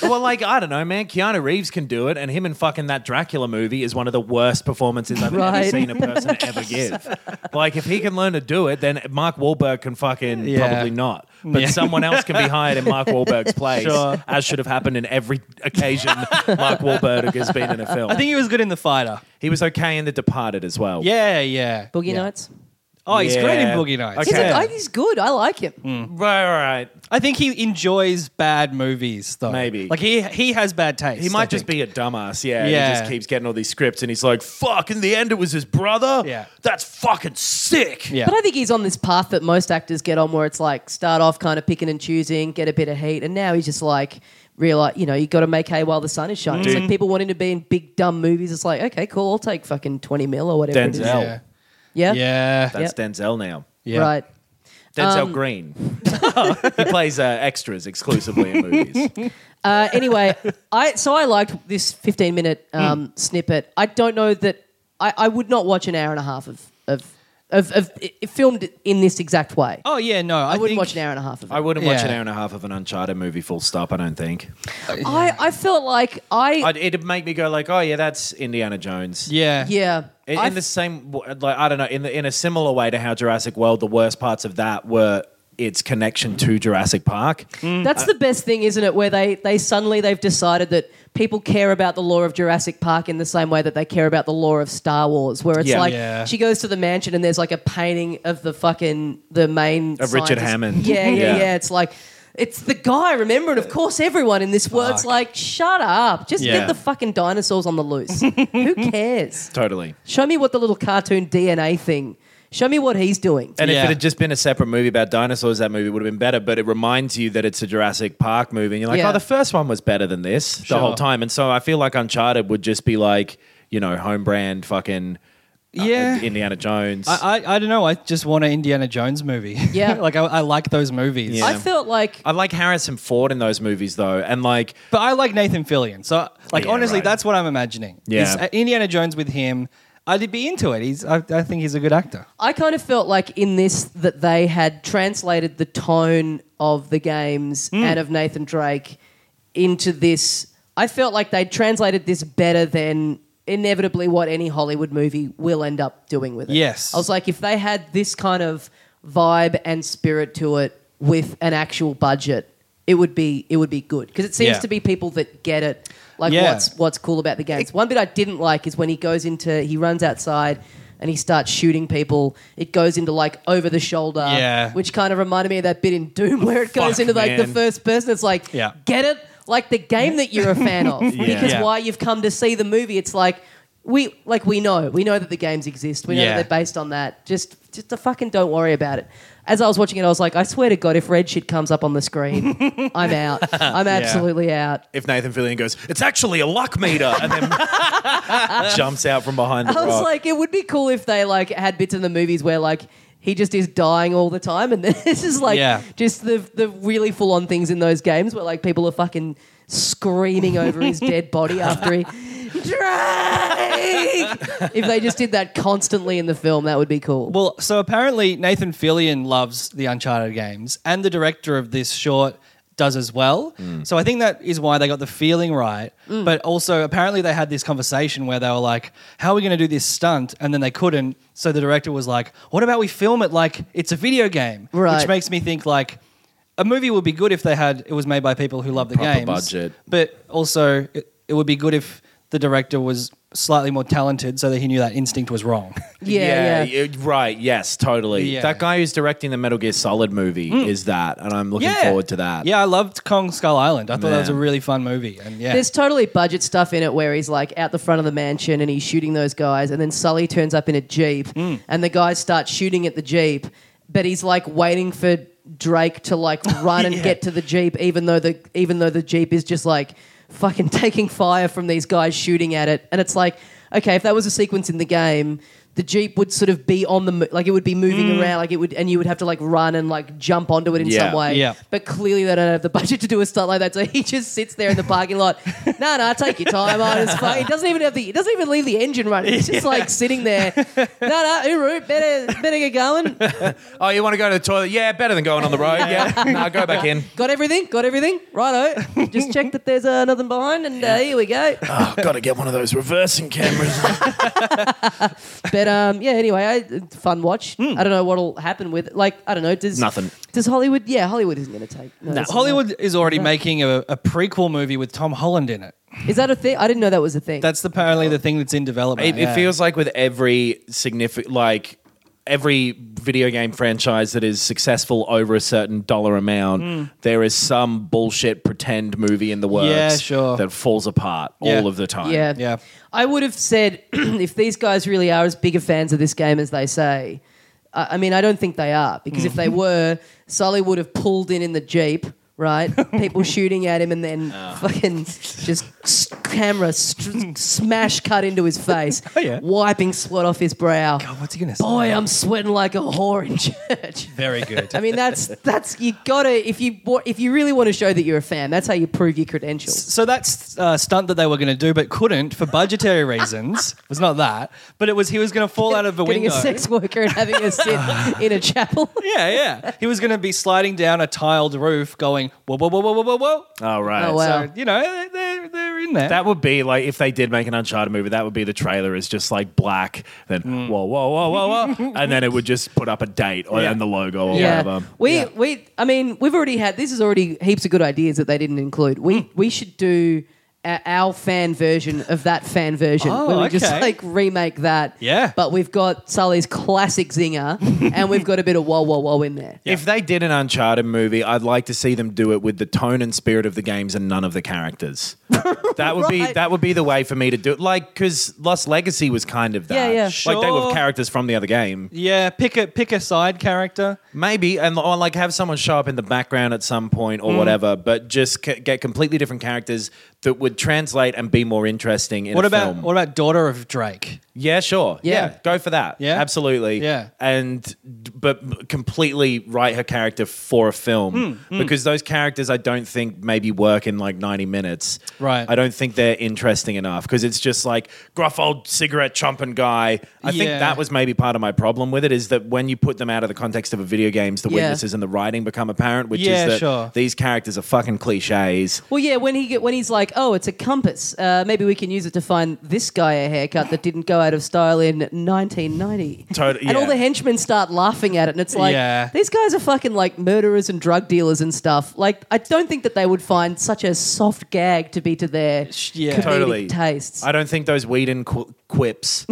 C: well, like I don't know, man. Keanu Reeves can do it, and him in fucking that Dracula movie is one of the worst performances I've
A: Right.
C: ever seen a
B: [LAUGHS]
C: person ever give. Like, if he can learn to do it, then Mark Wahlberg can fucking
B: Yeah.
C: probably not, but
B: Yeah.
C: someone else can be hired in Mark
B: [LAUGHS]
C: Wahlberg's place,
B: Sure.
C: as should have happened in every occasion Mark Wahlberg has been in a film.
B: I think he was good in The Fighter.
C: he was okay in The Departed as well.
B: Yeah, yeah.
A: Boogie Nights.
B: Oh, he's
C: Yeah.
B: great in Boogie Nights.
A: He's, a
C: Okay.
A: guy- he's good. I like him.
C: right, right, right.
B: I think he enjoys bad movies, though.
C: Maybe.
B: like he he has bad taste.
C: He
B: I
C: might just
B: think.
C: be a dumbass, yeah. and
B: Yeah.
C: He just keeps getting all these scripts, and he's like, "Fuck!" In the end, it was his brother.
B: Yeah.
C: that's fucking sick.
B: Yeah.
A: But I think he's on this path that most actors get on where it's like start off kind of picking and choosing, get a bit of heat, and now he's just like realize you know you got to make hay while the sun is shining.
C: Mm.
A: It's like people wanting to be in big dumb movies. It's like okay, cool, I'll take fucking twenty mil or whatever. It is.
C: Denzel.
B: Yeah.
A: Yeah?
B: Yeah.
C: That's Denzel now.
B: yeah.
A: right.
C: Denzel
B: Um, [LAUGHS]
C: Green. he plays uh, extras exclusively in movies.
B: [LAUGHS]
A: Uh, anyway, I so I liked this fifteen
C: Mm.
A: minute um, snippet. I don't know that I, I would not watch an hour and a half of of of, of i- filmed in this exact way.
B: Oh yeah, no, I,
A: I wouldn't
B: think-
A: watch an hour and a half of it.
C: I wouldn't watch
B: Yeah.
C: an hour and a half of an Uncharted movie. Full stop. I don't think.
A: I, I felt like I
C: I'd, it'd make me go like, oh yeah, that's Indiana Jones.
B: Yeah,
A: yeah.
C: In,
A: I
C: in the same, w- like I don't know, in the, in a similar way to how Jurassic World, the worst parts of that were its connection to Jurassic Park.
B: Mm.
A: That's the best thing, isn't it? Where they, they suddenly they've decided that people care about the law of Jurassic Park in the same way that they care about the law of Star Wars, where it's
C: Yeah.
A: like
B: Yeah.
A: she goes to the mansion and there's like a painting of the fucking the main
C: Of Richard
A: scientist.
C: Hammond.
A: Yeah, yeah, yeah,
C: Yeah.
A: It's like it's the guy, remember, and of course everyone in this world's like, shut up. Just
C: Yeah.
A: get the fucking dinosaurs on the loose. Who cares?
C: Totally.
A: Show me what the little cartoon DNA thing. Show me what he's doing.
C: And
B: Yeah.
C: if it had just been a separate movie about dinosaurs, that movie would have been better. But it reminds you that it's a Jurassic Park movie, and you're like,
A: Yeah.
C: oh, the first one was better than this
B: Sure.
C: the whole time. And so I feel like Uncharted would just be like, you know, home brand fucking uh,
B: Yeah.
C: Indiana Jones.
B: I, I I don't know. I just want an Indiana Jones movie. [LAUGHS]
A: Yeah.
B: like I, I like those movies.
C: Yeah.
A: I felt like
C: I like Harrison Ford in those movies though, and like
B: But I like Nathan Fillion. So, like,
C: Yeah,
B: honestly,
C: right.
B: that's what I'm imagining.
C: Yeah.
B: Is, uh, Indiana Jones with him, I'd be into it. He's, I, I think he's a good actor.
A: I kind of felt like in this that they had translated the tone of the games and of Nathan Drake into this. I felt like they translated this better than inevitably what any Hollywood movie will end up doing with it.
B: Yes.
A: I was like, if they had this kind of vibe and spirit to it with an actual budget, it would be it would be good because it seems
B: Yeah.
A: to be people that get it. Like
B: Yeah.
A: what's what's cool about the games. One bit I didn't like is when he goes into he runs outside and he starts shooting people. It goes into like over the shoulder,
B: Yeah. Oh,
A: which kind of reminded me of that bit in Doom where it goes
C: Fuck,
A: into like the
C: man.
A: first person. It's like,
B: Yeah.
A: get it? Like the game that you're a fan of, because
B: [LAUGHS] Yeah.
A: why you've come to see the movie. It's like we like we know we know that the games exist. We know
B: Yeah.
A: that they're based on that. Just just the fucking don't worry about it. As I was watching it, I was like, I swear to God, if red shit comes up on the screen, [LAUGHS] I'm out. I'm absolutely out.
C: if Nathan Fillion goes, it's actually a luck meter, and [LAUGHS] then jumps out from behind the
A: I was
C: rock.
A: like, it would be cool if they like had bits in the movies where like he just is dying all the time, and [LAUGHS] then this is like
B: Yeah.
A: just the the really full on things in those games where like people are fucking screaming over
B: [LAUGHS]
A: his dead body after he.
B: [LAUGHS]
A: Drake! if they just did that constantly in the film, that would be cool.
B: Well, so apparently Nathan Fillion loves the Uncharted games, and the director of this short does as well.
C: Mm.
B: So I think that is why they got the feeling right. But also, apparently, they had this conversation where they were like, "How are we going to do this stunt?" And then they couldn't. So the director was like, "What about we film it like it's a video game?"
A: Right.
B: Which makes me think like. A movie would be good if they had it was made by people who love the
C: Proper
B: games,
C: budget.
B: but also it, it would be good if the director was slightly more talented, so that he knew that instinct was wrong. [LAUGHS]
A: yeah, yeah.
C: you- right. Yes, totally.
B: Yeah.
C: That guy who's directing the Metal Gear Solid movie
A: Hmm.
C: is that, and I'm looking forward to that.
B: Yeah, I loved Kong Skull Island. I thought that was a
C: Man.
B: really fun movie. And yeah,
A: There's totally budget stuff in it where he's like out the front of the mansion and he's shooting those guys, and then Sully turns up in a jeep, and the guys start shooting at the jeep, but he's like waiting for Drake to like run and get to the jeep, even though the even though the jeep is just like fucking [LAUGHS] taking fire from these guys shooting at it, and it's like okay, if that was a sequence in the game. The jeep would sort of be on the mo- like it would be moving around like it would, and you would have to like run and like jump onto it in
C: Yeah.
A: some way.
B: Yeah.
A: But clearly they don't have the budget to do a stunt like that, so he just sits there in the parking
B: [LAUGHS]
A: lot. No, no, take your time. I just fuck. He doesn't even have the. He doesn't even leave the engine running. He's just like sitting
B: [LAUGHS]
A: there. No, no, Urut, better, better get going.
C: Oh, you want to go to the toilet? Yeah, better than going on the
B: [LAUGHS]
C: road. Yeah. nah, go back in.
A: Got everything. Got everything. Righto. Just check that there's uh, nothing behind, and uh, here we go.
C: Oh, got to get one of those reversing cameras.
A: But um, yeah. Anyway, I, fun watch.
B: Hmm.
A: I don't know what'll happen with like I don't know. Does
C: Nothing.
A: Does Hollywood? Yeah, Hollywood isn't going to take.
B: Now,
A: notice of
B: Hollywood is already making a, a prequel movie with Tom Holland in it.
A: that. Is that a thing? I didn't know that was a thing.
B: That's apparently the thing that's in development.
C: It, it feels like with every significant, like every video game franchise that is successful over a certain dollar amount,
B: Hmm.
C: there is some bullshit pretend movie in the works
B: Yeah, sure.
C: that falls apart
B: Yeah.
C: all of the time.
A: Yeah.
B: Yeah.
A: I would have said [CLEARS THROAT] if these guys really are as big a fans of this game as they say,
B: Mm.
A: I I mean, I don't think they are because if they were, Sully would have pulled in in the Jeep.
B: [LAUGHS]
A: right?
B: Oh
A: People shooting at him and then
B: Ah.
A: fucking just s- camera st- smash cut into his face,
B: [LAUGHS] Oh, yeah.
A: wiping sweat off his brow.
B: What's he gonna say?
A: Boy, I'm sweating like a whore in church.
B: very good.
A: I mean, that's that's you gotta if you wa- if you really want to show that you're a fan, that's how you prove your credentials.
B: [LAUGHS] so that's uh, stunt that they were going to do, but couldn't for budgetary
A: [LAUGHS]
B: reasons. It was not that, but it was he was going to fall out of a
A: Getting
B: window.
A: a sex worker and having a
B: [LAUGHS]
A: sit in a chapel.
B: yeah, yeah. He was going to be sliding down a tiled roof, going whoa, whoa, whoa, whoa, whoa, whoa, whoa.
C: [LAUGHS] All right.
A: Oh, wow.
B: So you know they're they're in there.
C: That would be like if they did make an Uncharted movie, that would be the trailer is just like black, then whoa, whoa, whoa, whoa, whoa, and then it would just put up a date or,
B: Yeah.
C: and the logo or whatever.
A: We we I mean we've already had this is already heaps of good ideas that they didn't include.
B: Hmm.
A: We we should do a, our fan version of that fan version
B: Oh,
A: where we just
B: okay.
A: like remake that.
B: Yeah.
A: But we've got Sully's classic
B: [LAUGHS]
A: zinger and we've got a bit of whoa whoa whoa in there.
C: If they did an Uncharted movie, I'd like to see them do it with the tone and spirit of the games and none of
B: [LAUGHS]
C: the characters. that would be
A: Right.
C: that would be the way for me to do it. Like because Lost Legacy was kind of that.
A: Yeah, yeah.
C: Like they were
B: Sure.
C: characters from the other game,
B: yeah, pick a pick a side character.
C: maybe, and or like have someone show up in the background at some point
B: Mm.
C: or whatever. But just c- get completely different characters that would translate and be more interesting. In
B: What
C: a
B: about
C: film.
B: what about daughter of Drake?
C: Yeah, sure.
A: Yeah.
C: Yeah. go for that.
B: Yeah?
C: absolutely.
B: Yeah.
C: and but completely write her character for a film
B: Hmm,
C: because those characters I don't think maybe work in like ninety minutes.
B: Right.
C: I don't think they're interesting enough because it's just like gruff old cigarette chomping guy. I think
B: Yeah.
C: that was maybe part of my problem with it is that when you put them out of the context of a video games, the
A: Yeah.
C: weaknesses in the writing become apparent, which
B: Yeah,
C: is that
B: sure.
C: these characters are fucking cliches.
A: Well, yeah, when he get, when he's like, oh, it's a compass. Uh, maybe we can use it to find this guy a haircut that didn't go out of style in 1990.
C: Totally,
A: And all
C: yeah.
A: the henchmen start laughing at it, and it's like
B: Yeah.
A: these guys are fucking like murderers and drug dealers and stuff. Like, I don't think that they would find such a soft gag to be to their
B: yeah.
A: comedic
C: Totally
A: tastes.
C: I don't think those Whedon qu- quips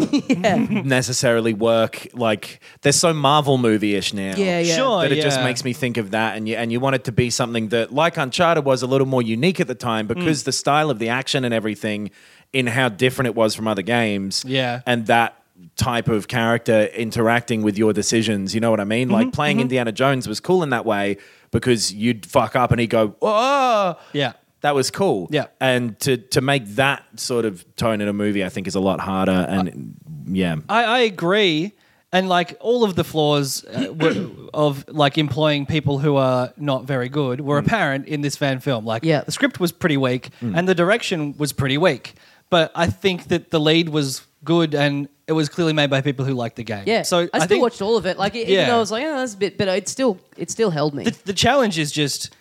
C: necessarily work. Like they're so Marvel movie-ish now.
A: Yeah, yeah.
B: Sure,
C: That it just
B: yeah.
C: makes me think of that, and you and you want it to be something that, like Uncharted, was a little more unique at the time because the style of the action and everything, in how different it was from other games.
B: Yeah.
C: and that type of character interacting with your decisions. You know what I mean? Like playing Indiana Jones was cool in that way because you'd fuck up and he'd go, "Oh,
B: Yeah.
C: that was cool.
B: Yeah.
C: And to to make that sort of tone in a movie, I think is a lot harder. And yeah,
B: I, I agree, and like all of the flaws
C: [CLEARS THROAT]
B: uh, were, of like employing people who are not very good
C: Mm.
B: were apparent in this fan film. Like,
A: Yeah.
B: the script was pretty weak, and the direction was pretty weak. But I think that the lead was good, and it was clearly made by people who liked the game.
A: yeah.
B: So
A: I still
B: think
A: watched all of it. Like, e- even
B: Yeah.
A: though I was like, oh, that's a bit, but it still it still held me.
B: the, the challenge is just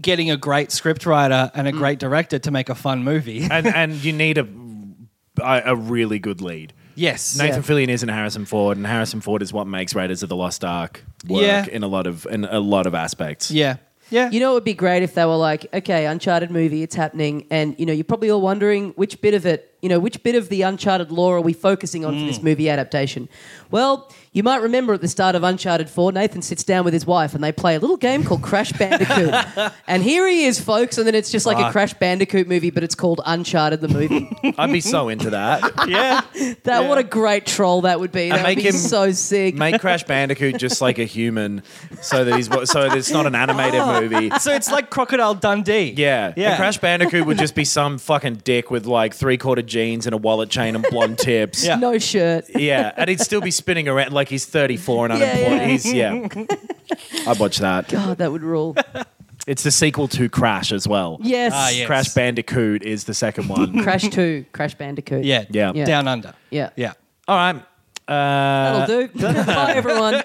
B: getting a great scriptwriter and a
C: Mm.
B: great director to make a fun movie. [LAUGHS]
C: and and you need a a a really good lead.
B: yes.
C: Nathan Fillion isn't Harrison Ford, and Harrison Ford is what makes Raiders of the Lost Ark work
B: Yeah.
C: in a lot of in a lot of aspects.
B: Yeah. Yeah.
A: You know, it would be great if they were like, okay, Uncharted movie, it's happening. And, you know, you're probably all wondering which bit of it, you know, which bit of the Uncharted lore are we focusing on for this movie adaptation? Well, you might remember at the start of Uncharted 4, Nathan sits down with his wife and they play a little game called Crash Bandicoot. and here he is, folks. And then it's just like a
B: Fuck.
A: Crash Bandicoot movie, but it's called Uncharted the movie.
C: I'd be so into that.
B: [LAUGHS] yeah.
A: that What a great troll that would be. That would
C: make
A: be
C: him-
A: so sick.
C: Make Crash Bandicoot just like a human, so that he's so that it's not an
B: [LAUGHS]
C: animated movie.
B: so it's like Crocodile Dundee.
C: Yeah.
B: Yeah.
C: And Crash Bandicoot would just be some fucking dick with like three quarter jeans and a wallet chain and
B: [LAUGHS]
C: blonde tips.
B: Yeah.
A: no shirt.
C: Yeah, and he'd still be spinning around like he's 34 and
A: Yeah,
C: unemployed.
A: yeah.
C: He's yeah. [LAUGHS] I'd watch that.
A: God, Oh, that would rule.
C: It's the sequel to Crash as well.
A: Yes.
B: Ah, yeah.
C: Crash Bandicoot is the
A: [LAUGHS]
C: second one.
A: Crash 2, Crash Bandicoot.
B: Yeah.
C: Yeah. Yeah.
B: Down under.
A: Yeah.
B: Yeah.
C: All right. Uh,
A: That'll do. [LAUGHS] Bye, everyone.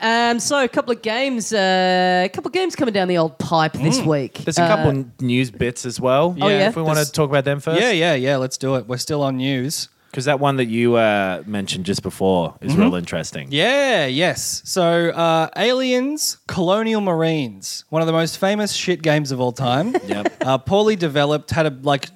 A: Um, so a couple of games, uh, a couple of games coming down the old pipe
B: Mm,
A: this week.
C: There's a
A: Uh,
C: couple of news bits as well.
A: Oh, yeah.
C: If we want to
B: There's-
C: talk about them first.
B: Yeah, yeah, yeah. Let's do it. We're still on news.
C: Because that one that you uh, mentioned just before is
A: Mm-hmm.
C: real interesting.
B: Yeah, yes. So, uh, Aliens Colonial Marines, one of the most famous shit games of all time.
C: [LAUGHS] Yep.
B: Uh, poorly developed, had a like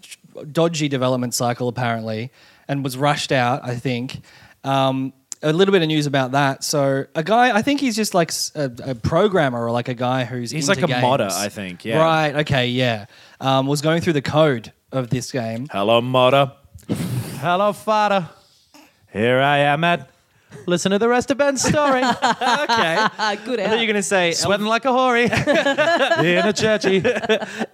B: dodgy development cycle apparently, and was rushed out, I think. Um, a little bit of news about that. So, a guy, I think he's just like s- a, a programmer or like a guy who's
C: He's
B: into
C: like a
B: games.
C: modder, I think, yeah.
B: Right. Okay. Yeah. Um, was going through the code of this game.
C: Hello, Mother. Hello, Father. Here I am at Listen to the rest of Ben's story.
B: okay.
A: Ah, good
B: I thought you were
A: out.
B: going to say um,
C: Sweating like a
B: [LAUGHS]
C: hoary in a churchy.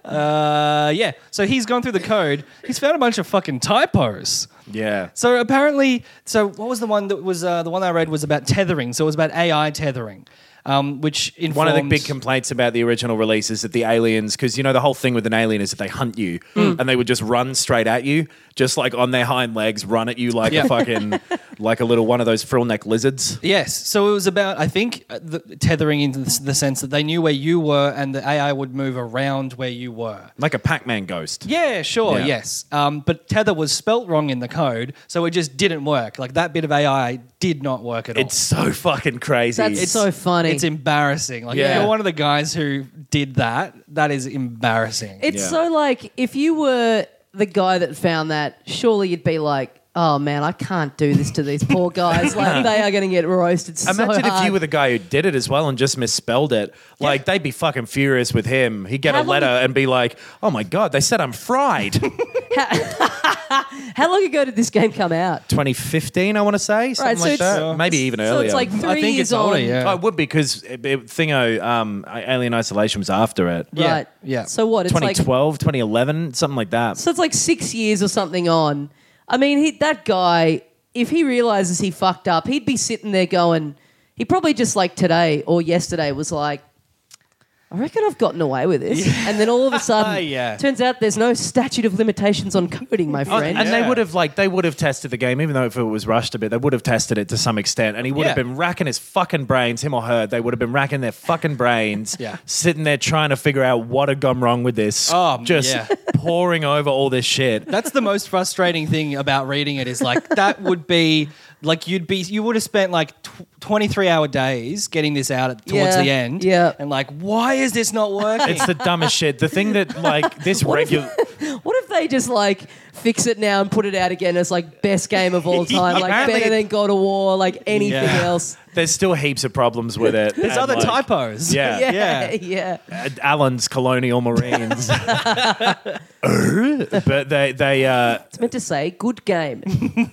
B: Uh, yeah. So he's gone through the code. He's found a bunch of fucking typos.
C: [LAUGHS] Yeah.
B: So apparently, so what was the one that was uh, the one I read was about tethering. So it was about AI tethering, um, which informed
C: One of the big complaints about the original release is that the aliens, because you know the whole thing with an alien is that they hunt you
A: Hmm.
C: and they would just run straight at you, just like on their hind legs, run at you like
B: Yeah.
A: [LAUGHS]
C: a fucking, like a little one of those frill neck lizards.
B: Yes. So it was about, I think, uh, the, tethering in the, the sense that they knew where you were and the AI would move around where you were.
C: Like a Pac Man ghost.
B: Yeah, sure,
C: Yeah.
B: yes. Um, but tether was spelt wrong in the code, so it just didn't work. Like that bit of AI did not work at all.
C: It's so fucking crazy.
A: That's
C: It's-
A: so funny.
B: It's embarrassing. Like
C: Yeah.
B: if you're one of the guys who did that, that is embarrassing.
A: It's
C: Yeah.
A: so like if you were the guy that found that, surely you'd be like, "Oh man, I can't do this to these poor
B: [LAUGHS]
A: guys. Like they are going to get roasted." So
C: Imagine if
A: hard."
C: you were the guy who did it as well and just misspelled it. Like they'd be fucking furious with him. He'd get
A: How
C: a
A: long
C: letter
A: did-
C: and be like, "Oh my god, they said I'm fried."
A: [LAUGHS] How long ago did this game come out?
C: 2015, I want to say, something
A: so
C: like
A: it's-
C: that. Maybe even
A: so
C: earlier.
A: it's like
B: I
A: three
B: think
A: years
B: it's older,
A: on.
B: yeah.
C: Oh, it would be because it, it, Thingo, um, Alien Isolation was after it.
B: Yeah,
A: Right.
B: yeah.
A: So what? It's like
C: 2012, 2011, something like that.
A: so it's like six years or something on. I mean, he, that guy, if he realizes he fucked up, he'd be sitting there going, he probably just like today or yesterday was like, I reckon I've gotten away with this. And then all
C: [LAUGHS]
A: of a sudden,
B: Yeah.
A: turns out there's no statute of limitations on coding, my friend.
C: Oh, And they would have like they would have tested the game, even though if it was rushed a bit, they would have tested it to some extent. And he would have
B: Yeah.
C: been racking his fucking brains, him or her. They would have been racking their fucking brains,
B: [LAUGHS] Yeah.
C: sitting there trying to figure out what had gone wrong with this.
B: Oh,
C: just [LAUGHS]
B: yeah.
C: pouring over all this shit.
B: That's the most frustrating thing about reading it is like that would be like you'd be you would have spent like tw- 23 hour days getting this out at, towards
A: Yeah,
B: the end
A: yeah.
B: and like why is this not working?
C: It's the dumbest shit. The thing that like
B: [LAUGHS]
C: this
A: if-
C: regular.
A: what if they just like fix it now and put it out again as like best game of
C: [LAUGHS]
A: all time, like
C: Apparently-
A: better than God of War, like anything
B: Yeah.
A: else?
C: There's still heaps of problems with it.
B: There's
C: And,
B: other
C: like,
B: typos.
A: [LAUGHS]
C: Yeah.
A: Yeah,
B: Yeah.
A: yeah.
C: at Allen's Colonial Marines. [LAUGHS] but they they uh, [LAUGHS]
A: It's meant to say good game,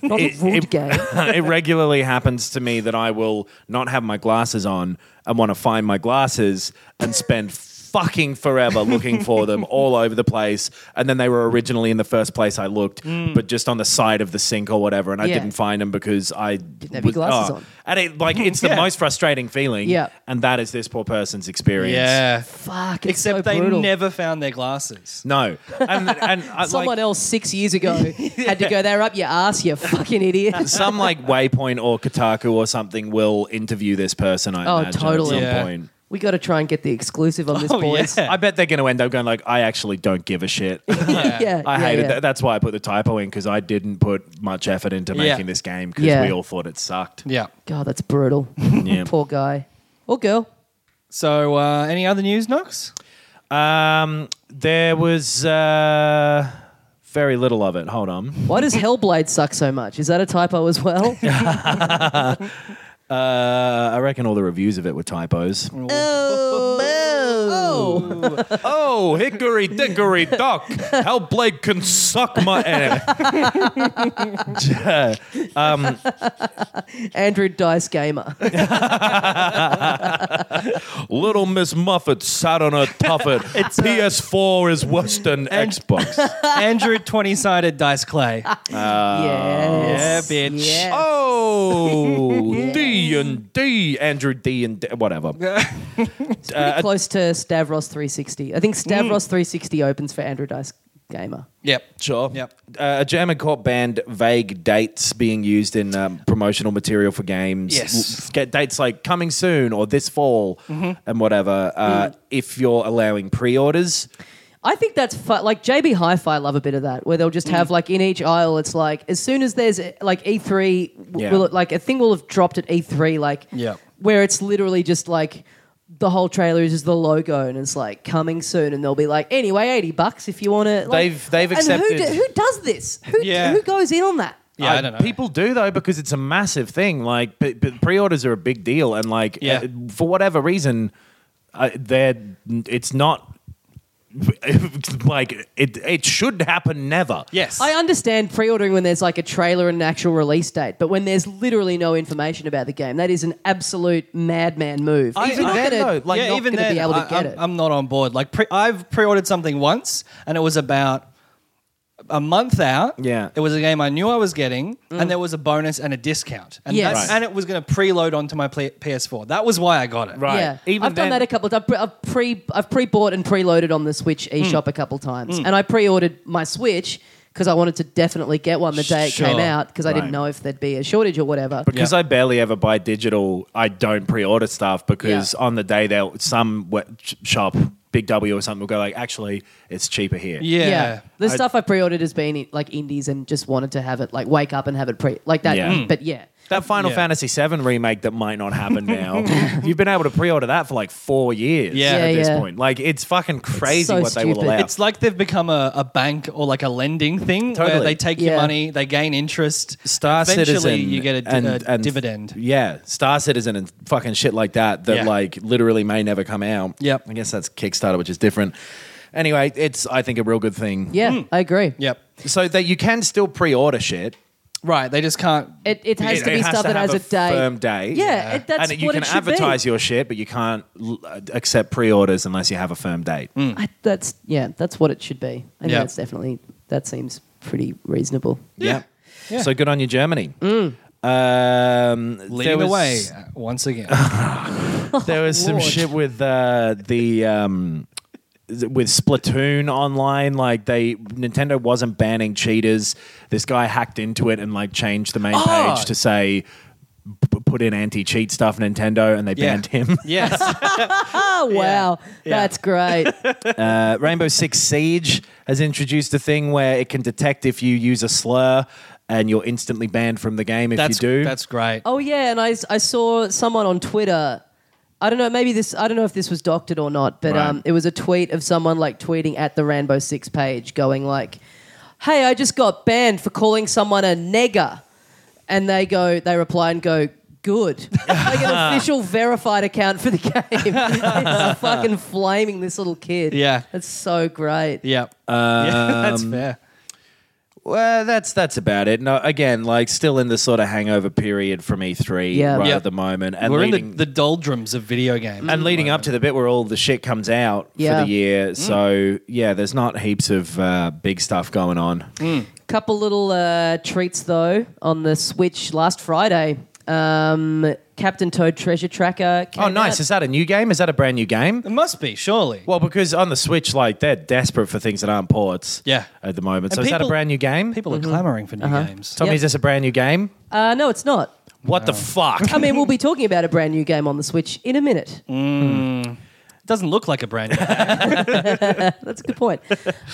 A: not
C: It-
A: a rude
C: it-
A: game.
C: it regularly happens to me that I will not have my glasses on and want to find my glasses and spend fucking forever looking
A: [LAUGHS]
C: for them all over the place and then they were originally in the first place I looked but just on the side of the sink or whatever and I
A: Mm. Yeah.
C: didn't find them because I didn't
A: have your glasses on.
C: and it
A: [LAUGHS]
C: like it's the
B: Yeah.
C: most frustrating feeling
A: Yeah.
C: and that is this poor person's experience
B: Yeah.
A: Fuck, it's
B: Except
A: so
B: they
A: brutal.
B: never found their glasses.
C: no and, and uh, I,
A: [LAUGHS]
C: like-
A: Someone else six years
B: [LAUGHS]
A: ago had to go there up your ass, you fucking idiot.
C: some
B: [LAUGHS]
C: like Waypoint or Kotaku or something will interview this person. I
A: Oh,
C: imagine,
A: totally.
C: At some
B: Yeah.
C: point.
A: we got to try and get the exclusive on this,
B: Oh,
A: boys.
B: yeah.
C: I bet they're going to end up going like, I actually don't give a shit.
A: [LAUGHS] Yeah, [LAUGHS] yeah,
C: [LAUGHS] I hated
A: yeah.
C: that. That's why I put the typo in because I didn't put much effort into
B: Yeah.
C: making this game because
A: Yeah.
C: we all thought it sucked.
B: Yeah.
A: God, that's brutal.
C: Yeah.
A: [LAUGHS] Poor guy or girl.
B: So uh, any other news,
A: [LAUGHS]
B: Knox?
C: Um, there was uh, very little of it. Hold on.
A: Why does Hellblade suck so much? Is that a typo as well?
C: [LAUGHS] Uh, I reckon all the reviews of it were typos.
A: oh,
C: Oh, [LAUGHS] hickory dickory dock. How Blake can suck my ass.
A: Andrew Dice Gamer.
C: Little Miss Muffet sat on
B: [LAUGHS]
C: a tuffet.
B: uh,
C: PS4 is worse than Xbox.
B: Andrew 20 sided dice clay.
C: Uh,
A: yes.
B: yeah, bitch.
A: Yes.
C: Oh, D and D, Andrew D and D, whatever. Uh,
A: Pretty close to Stavros 360. I think
C: Hmm.
A: Stavros 360 opens for Andrew Dice Gamer.
B: Yep.
C: Sure.
B: Yep.
C: Uh, a German court banned vague dates being used in um, promotional material for games.
B: Yes. Mm-hmm.
C: L- Get dates like coming soon or this fall and whatever.
B: Mm.
C: Uh, If you're allowing pre-orders,
A: I think that's fu- like JB Hi-Fi love a bit of that, where they'll just
C: Mm.
A: have like in each aisle. It's like as soon as there's like E3, w-
C: Yeah.
A: will it, like a thing will have dropped at E3, like
B: Yeah.
A: where it's literally just like the whole trailer is just the logo and it's like coming soon, and they'll be like anyway, eighty bucks if you want to. Like,
C: They've- they've
A: and
C: accepted-
A: Who, do- who does this? Who
B: Yeah.
A: who goes in on that?
B: Yeah, I,
C: Uh,
B: don't know.
C: People do though because it's a massive thing. Like p- p- pre-orders are a big deal, and like
B: Yeah.
C: uh, for whatever reason, uh, they're it's not [LAUGHS] like it it should happen never.
B: Yes.
A: I understand pre-ordering when there's like a trailer and an actual release date, but when there's literally no information about the game, that is an absolute madman move. He's
C: even
A: not
C: then,
A: gonna-
C: though, like,
A: not gonna be able to
B: I,
A: get
B: am
A: it.
B: I'm not on board. Like, pre- I've pre-ordered something once, and it was about a month out.
C: Yeah.
B: it was a game I knew I was getting, and there was a bonus and a discount, and
A: Mm. Yes.
B: that's-
A: Right.
B: and it was going to preload onto my play- PS4. That was why I got it.
C: Right.
A: Yeah,
C: Even
A: I've done
C: then-
A: that a couple of times. I've pre- I've pre I've pre-bought and preloaded on the Switch eShop a couple of times, and I pre-ordered my Switch because I wanted to definitely get one the day it came
B: Sure.
A: out because I
C: Right.
A: didn't know if there'd be a shortage or whatever.
C: Because
B: Yeah.
C: I barely ever buy digital, I don't pre-order stuff because
A: Yeah.
C: on the day they'll some we- sh- shop, Big W or something, will go like, actually, it's cheaper here.
B: Yeah.
A: the stuff I pre-ordered has been like indies and just wanted to have it like wake up and have it pre like that.
C: Yeah. Mm.
A: But yeah,
C: That Final
B: Yeah.
C: Fantasy VII remake that might
A: [LAUGHS]
C: not happen now. You've been able to pre-order that for like four years
B: Yeah.
C: at
A: Yeah,
C: this
A: yeah.
C: point. Like it's fucking crazy
A: so
C: what they will
A: stupid.
C: allow.
B: It's like they've become a, a bank or like a lending thing where
C: Totally.
B: they take
A: Yeah.
B: your money, they gain interest.
C: Star
B: Eventually,
C: Citizen,
B: you get a, di-
C: and-
B: a
C: and-
B: dividend.
C: Yeah, Star Citizen and fucking shit like that that
B: Yeah.
C: like literally may never come out.
B: Yep.
C: I guess that's Kickstarter, which is different. Anyway, it's I think a real good thing.
A: yeah, I agree.
B: Yep.
C: So that you can still pre-order shit.
B: Right. They just can't.
A: It, it has
C: It-
A: to be
C: it has
A: stuff that
C: have
A: has a, day.
C: firm day.
A: Yeah, it- that's
C: and you
A: what
C: can
A: it should
C: advertise
A: be.
C: your shit, but you can't l- uh, accept pre-orders unless you have a firm date.
A: I, that's yeah, that's what it should be. I think
B: Yeah.
A: that's definitely that seems pretty reasonable.
C: Yeah. So good on you, Germany. Um, there
B: Leading
C: was-
B: the way uh, once again.
C: [LAUGHS] There was some
A: Lord.
C: shit with uh, the um, th- with Splatoon online. Like they Nintendo wasn't banning cheaters. This guy hacked into it and like changed the main
B: Oh.
C: page to say p- put in anti cheat stuff Nintendo, and they
B: Yeah.
C: banned him. [LAUGHS]
B: yes.
A: Oh wow, that's great.
C: Uh, Rainbow Six Siege has introduced a thing where it can detect if you use a slur. And you're instantly banned from the game if
B: That's
C: you do.
B: That's great.
A: Oh yeah, and I, I saw someone on Twitter. I don't know. Maybe this. I don't know if this was doctored or not, but
C: Right.
A: um, it was a tweet of someone like tweeting at the Rambo Six page, going like, "Hey, I just got banned for calling someone a nigger," and they go, they reply and go, "Good." [LAUGHS] like an official verified account for the [LAUGHS] game. it's fucking flaming this little kid.
B: Yeah.
A: that's so great.
B: Yeah.
A: [LAUGHS]
B: yeah. That's fair.
C: Well, that's that's about it. No, again, like still in the sort of hangover period from E3
A: Yeah.
C: right
B: Yeah.
C: at the moment, and
B: We're
C: leading,
B: in the, the doldrums of video games.
C: and leading up to the bit where all the shit comes out
A: Yeah.
C: for the year.
B: Mm.
C: So yeah, there's not heaps of uh, big stuff going on.
A: Couple little uh, treats though on the Switch last Friday. Um, Captain Toad Treasure Tracker. Came
C: Oh, nice!
A: out.
C: Is that a new game? Is that a brand new game?
B: It must be, surely.
C: Well, because on the Switch, like they're desperate for things that aren't ports.
B: Yeah.
C: at the moment. so
B: And
C: is that a
B: people-
C: brand new game?
B: People
A: Mm-hmm.
B: are clamoring for new
A: Uh-huh.
B: games.
C: Tell me,
A: Yep.
C: is this a brand new game?
A: Uh, no, it's not.
C: What
B: Uh,
C: the fuck?
A: I mean, we'll be talking about a brand new game on the Switch in a minute.
C: Mm.
B: It doesn't look like a
A: [LAUGHS]
B: brand new game.
A: That's a good point.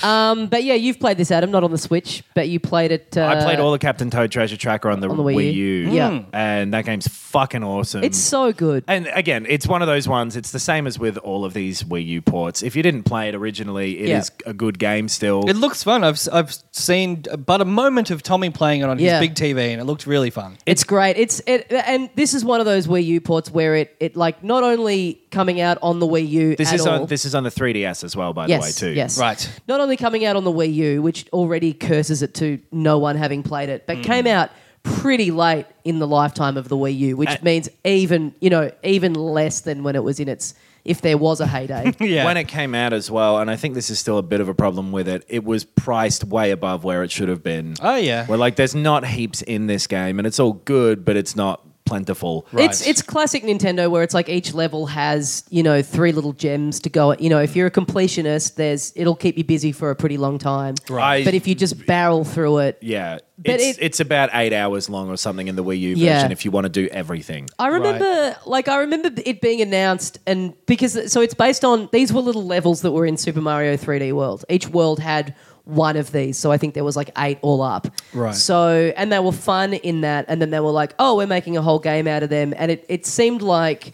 A: um, but yeah, you've played this, Adam, not on the Switch, but you played it. Uh,
C: I played all the Captain Toad Treasure Tracker on the,
A: the Wii
C: Wii,
A: U.
C: U.
A: Yeah.
B: Mm.
C: and that game's fucking awesome.
A: It's so good.
C: And again, it's one of those ones. It's the same as with all of these Wii U ports. If you didn't play it originally, it is
A: Yeah.
C: a good game still.
B: It looks fun. I've, s- I've seen but a moment of Tommy playing it on
A: Yeah.
B: his big TV, and it looked really fun.
A: It's great. It's it, and this is one of those Wii U ports where it it like not only coming out on the Wii U.
C: this
A: at
C: is
A: all,
C: on this is on the 3DS as well, by
A: yes,
C: the way, too.
A: Yes,
B: Right.
A: Not only coming out on the Wii U, which already curses it to no one having played it,
B: Mm.
A: but came out pretty late in the lifetime of the Wii U, which means even you know even less than when it was in its if there was a heyday.
B: [LAUGHS] Yeah.
C: When it came out as well, and I think this is still a bit of a problem with it. It was priced way above where it should have been.
B: Oh, yeah.
C: Where like there's not heaps in this game, and it's all good, but it's not plentiful.
B: Right.
A: It's it's classic Nintendo where it's like each level has you know three little gems to go. You know if you're a completionist, there's it'll keep you busy for a pretty long time.
C: Right.
A: But if you just barrel through it,
C: Yeah,
A: But
C: it's
A: it-
C: it's about eight hours long or something in the Wii U version
A: Yeah.
C: if you want to do everything.
A: I remember, like, I remember it being announced, and because so it's based on these were little levels that were in Super Mario 3D World. Each world had one of these, so I think there was like eight all up.
B: Right.
A: So and they were fun in that, and then they were like, oh, we're making a whole game out of them, and it it seemed like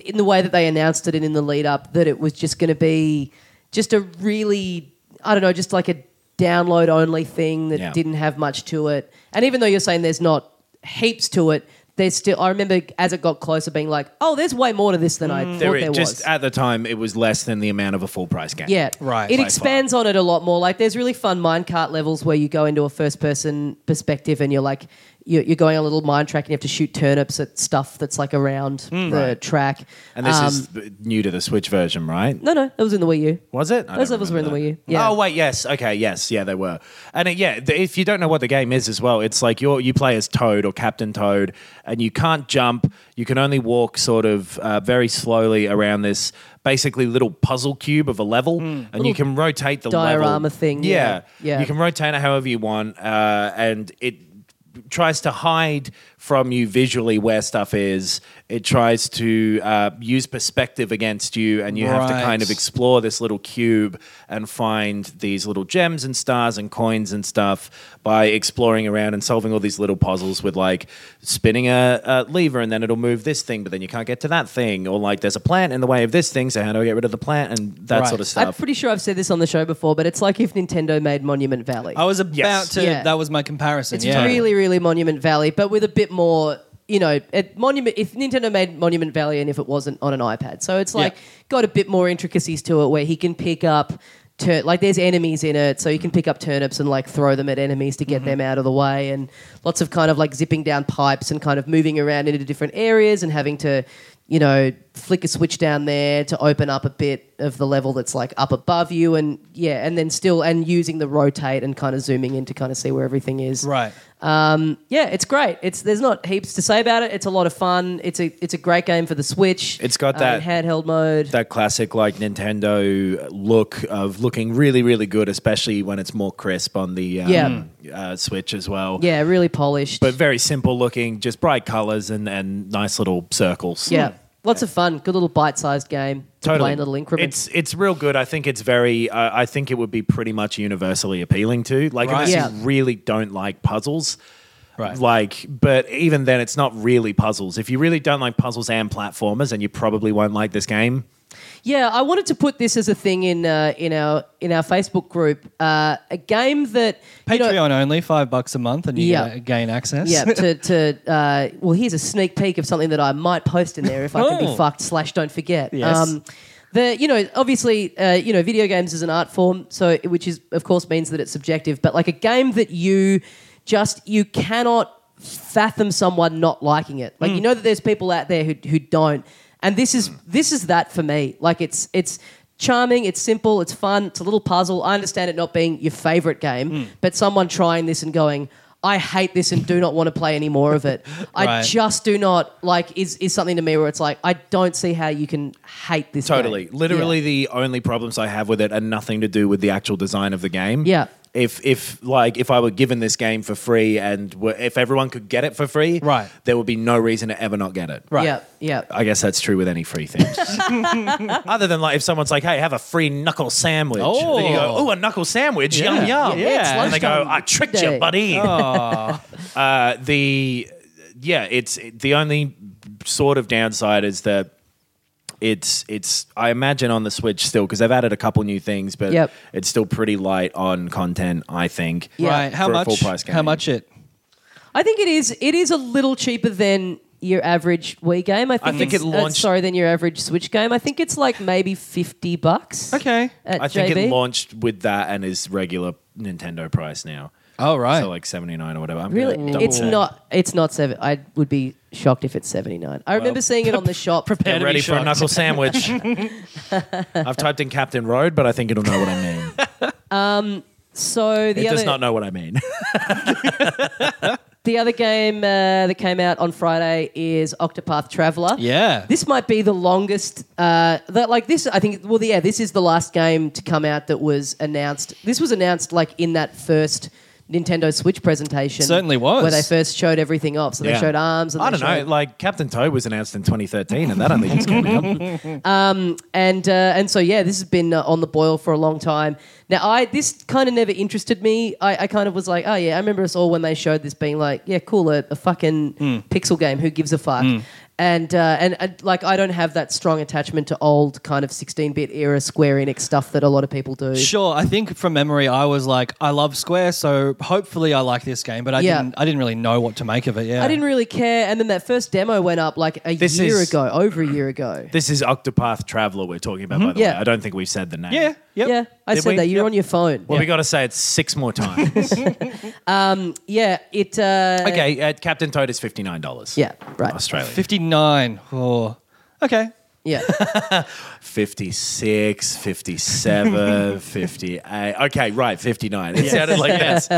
A: in the way that they announced it and in the lead up that it was just going to be just a really I don't know, just like a download only thing that
C: Yeah.
A: didn't have much to it. And even though you're saying there's not heaps to it, there's still. I remember as it got closer, being like, "Oh, there's way more to this than I thought there,
C: There it-
A: was."
C: just at the time, it was less than the amount of a full price game.
A: Yeah,
B: Right.
A: It
B: By
A: expands on it a lot more. Like there's really fun minecart levels where you go into a first person perspective and you're like you're, you're going on a little mine track and you have to shoot turnips at stuff that's like around the track. Um,
C: And this is th- new to the Switch version, right?
A: No, no, that was in the Wii U.
C: Was it? I
A: Those
C: don't
A: levels
C: remember
A: were in the
C: that.
A: Wii U, yeah.
C: Oh wait, yes. Okay, yes, yeah, they were. And it, yeah, th- if you don't know what the game is as well, it's like you you play as Toad or Captain Toad, and you can't jump. You can only walk sort of uh, very slowly around this basically little puzzle cube of a level, and you can rotate the
A: Hmm. diorama
C: level.
A: thing,
C: Yeah,
A: yeah, yeah.
C: You can rotate it however you want, uh, and it tries to hide from you visually where stuff is. It tries to uh, use perspective against you, and you have to
B: Right.
C: kind of explore this little cube and find these little gems and stars and coins and stuff by exploring around and solving all these little puzzles with like spinning a, a lever and then it'll move this thing, but then you can't get to that thing, or like there's a plant in the way of this thing, so how do I get rid of the plant and that
B: Right.
C: sort of
A: I'm
C: stuff.
A: pretty sure I've said this on the show before, but it's like if Nintendo made Monument Valley.
B: I was about
C: Yes.
B: to.
A: Yeah.
B: That was my comparison.
A: It's
B: yeah.
A: really, really Monument Valley, but with a bit more, you know, it, Monument. If Nintendo made Monument Valley, and if it wasn't on an iPad, so it's like
B: Yeah.
A: got a bit more intricacies to it, where he can pick up. Tur- like there's enemies in it, so you can pick up turnips and like throw them at enemies to get
B: Mm-hmm.
A: them out of the way, and lots of kind of like zipping down pipes and kind of moving around into different areas and having to, you know, flick a switch down there to open up a bit of the level that's like up above you, and yeah, and then still and using the rotate and kind of zooming in to kind of see where everything is
B: right.
A: yeah, it's great. It's there's not heaps to say about it. It's a lot of fun. It's a it's a great game for the Switch.
C: It's got
A: uh,
C: that-
A: handheld mode.
C: that classic like Nintendo look of looking really, really good, especially when it's more crisp on the um,
A: Yeah.
C: uh, Switch as well.
A: yeah, really polished.
C: But very simple looking, just bright colors and, and nice little circles.
A: yeah, lots of fun. Good little bite-sized game. To Play in little increments.
C: It's it's real good. I think it's very. Uh, I think it would be pretty much universally appealing to. Like,
B: Right.
C: unless
A: Yeah.
C: you really don't like puzzles,
B: Right.
C: Like, but even then, it's not really puzzles. If you really don't like puzzles and platformers, and you probably won't like this game.
A: Yeah, I wanted to put this as a thing in uh, in our in our Facebook group. Uh, a game that you know-
B: Patreon only, five bucks a month, and you
A: Yeah.
B: get- gain access.
A: Yeah,
B: [LAUGHS]
A: to, to uh, well, here's a sneak peek of something that I might post in there if I
C: [LAUGHS]
A: can
B: Oh.
A: be fucked slash don't forget. Um,
B: Yes.
A: the you know obviously uh, you know video games is an art form, so which is of course means that it's subjective. But like a game that you just you cannot fathom someone not liking it. Like
B: Mm.
A: you know that there's people out there who who don't, and this is this is that for me. Like it's it's. Charming, it's simple, it's fun, it's a little puzzle. I understand it not being your favorite game,
B: Mm.
A: but someone trying this and going, I hate this and do not want to play any more of
B: [LAUGHS]
A: it. I
B: Right.
A: just do not like is is something to me where it's like I don't see how you can hate this. game.
C: Totally. Literally,
A: Yeah.
C: the only problems I have with it are nothing to do with the actual design of the game.
A: Yeah.
C: If if like if I were given this game for free and were, if everyone could get it for free,
B: Right.
C: there would be no reason to ever not get it.
B: Right.
A: Yeah, yeah.
C: I guess that's true with any free
A: [LAUGHS]
C: things. Other than like if someone's like, "Hey, have a free knuckle sandwich,"
B: Oh.
C: then you go, "Oh, a knuckle sandwich, yum yum."
A: Yeah, it's
C: and they go,
A: lunchtime
C: "I tricked
A: today."
C: you, buddy." [LAUGHS] uh, the yeah, it's the only sort of downside is that it's it's I imagine on the Switch still because they've added a couple new things, but
A: Yep.
C: it's still pretty light on content. I think.
A: Yeah.
B: Right. How
C: For a
B: much?
C: full-price
B: How
C: game.
B: much it?
A: I think it is. It is a little cheaper than your average Wii game. I think,
C: think
A: it's-
C: it
A: uh,
C: launched-
A: sorry than your average Switch game. I think it's like maybe fifty bucks.
B: Okay.
A: At
C: I think
A: JB.
C: it launched with that and is regular Nintendo price now.
B: Oh right.
C: So like seventy nine or whatever. I'm
A: Really,
C: gonna double
A: it's
C: check.
A: not. It's not seven. I would be shocked if it's seventy nine. I remember seeing it on
C: [LAUGHS]
A: the shop.
B: prepare
C: Get
B: to be
C: ready for a
B: shocked.
C: knuckle sandwich. I've typed in Captain Road, but I think it'll know what
A: [LAUGHS]
C: I mean.
A: So the
C: it
A: other
C: does not know what I mean.
A: the other game uh, that came out on Friday is Octopath Traveler.
B: Yeah.
A: This might be the longest. Uh, that like this, I think. Well, yeah, this is the last game to come out that was announced. This was announced like in that first Nintendo Switch presentation.
B: Certainly was.
A: where they first showed everything off. So [LAUGHS] they
C: Yeah.
A: showed arms. And
C: I
A: they
C: don't know.
A: showed-
C: Like Captain Toad was announced in 2013, and that only
A: [LAUGHS]
C: just came out.
A: and uh, and so yeah, this has been uh, on the boil for a long time. Now, I this kind of never interested me. I, I kind of was like, oh
D: Hmm.
A: yeah, I remember us all when they showed this being like, yeah, cool, a, a fucking pixel game. Who gives a fuck? And, uh, and and like I don't have that strong attachment to old kind of 16-bit era Square Enix stuff that a lot of people do.
B: Sure, I think from memory, I was like, I love Square, so hopefully I like this game, but I
A: Yeah.
B: didn't. I didn't really know what to make of it. Yeah,
A: I didn't really care. And then that first demo went up like a
D: This
A: year
D: is-
A: ago, over a year ago.
D: This is Octopath Traveler we're talking about, by the
A: Mm-hmm. Yeah.
D: way. I don't think we've said the name.
B: Yeah, yep.
A: Yeah, I
D: Did
A: said
D: we?
A: that. You're
D: Yep.
A: on your phone.
D: Well, we got to say it six
A: [LAUGHS]
D: more times.
A: yeah, it. Uh,
D: okay, uh, Captain Toad is fifty nine dollars.
A: Yeah, right.
D: Australia
B: Fifty nine. Oh, okay.
A: Yeah.
D: 56, 57,
A: [LAUGHS]
D: 58. Okay, right, 59. It sounded like that's
A: three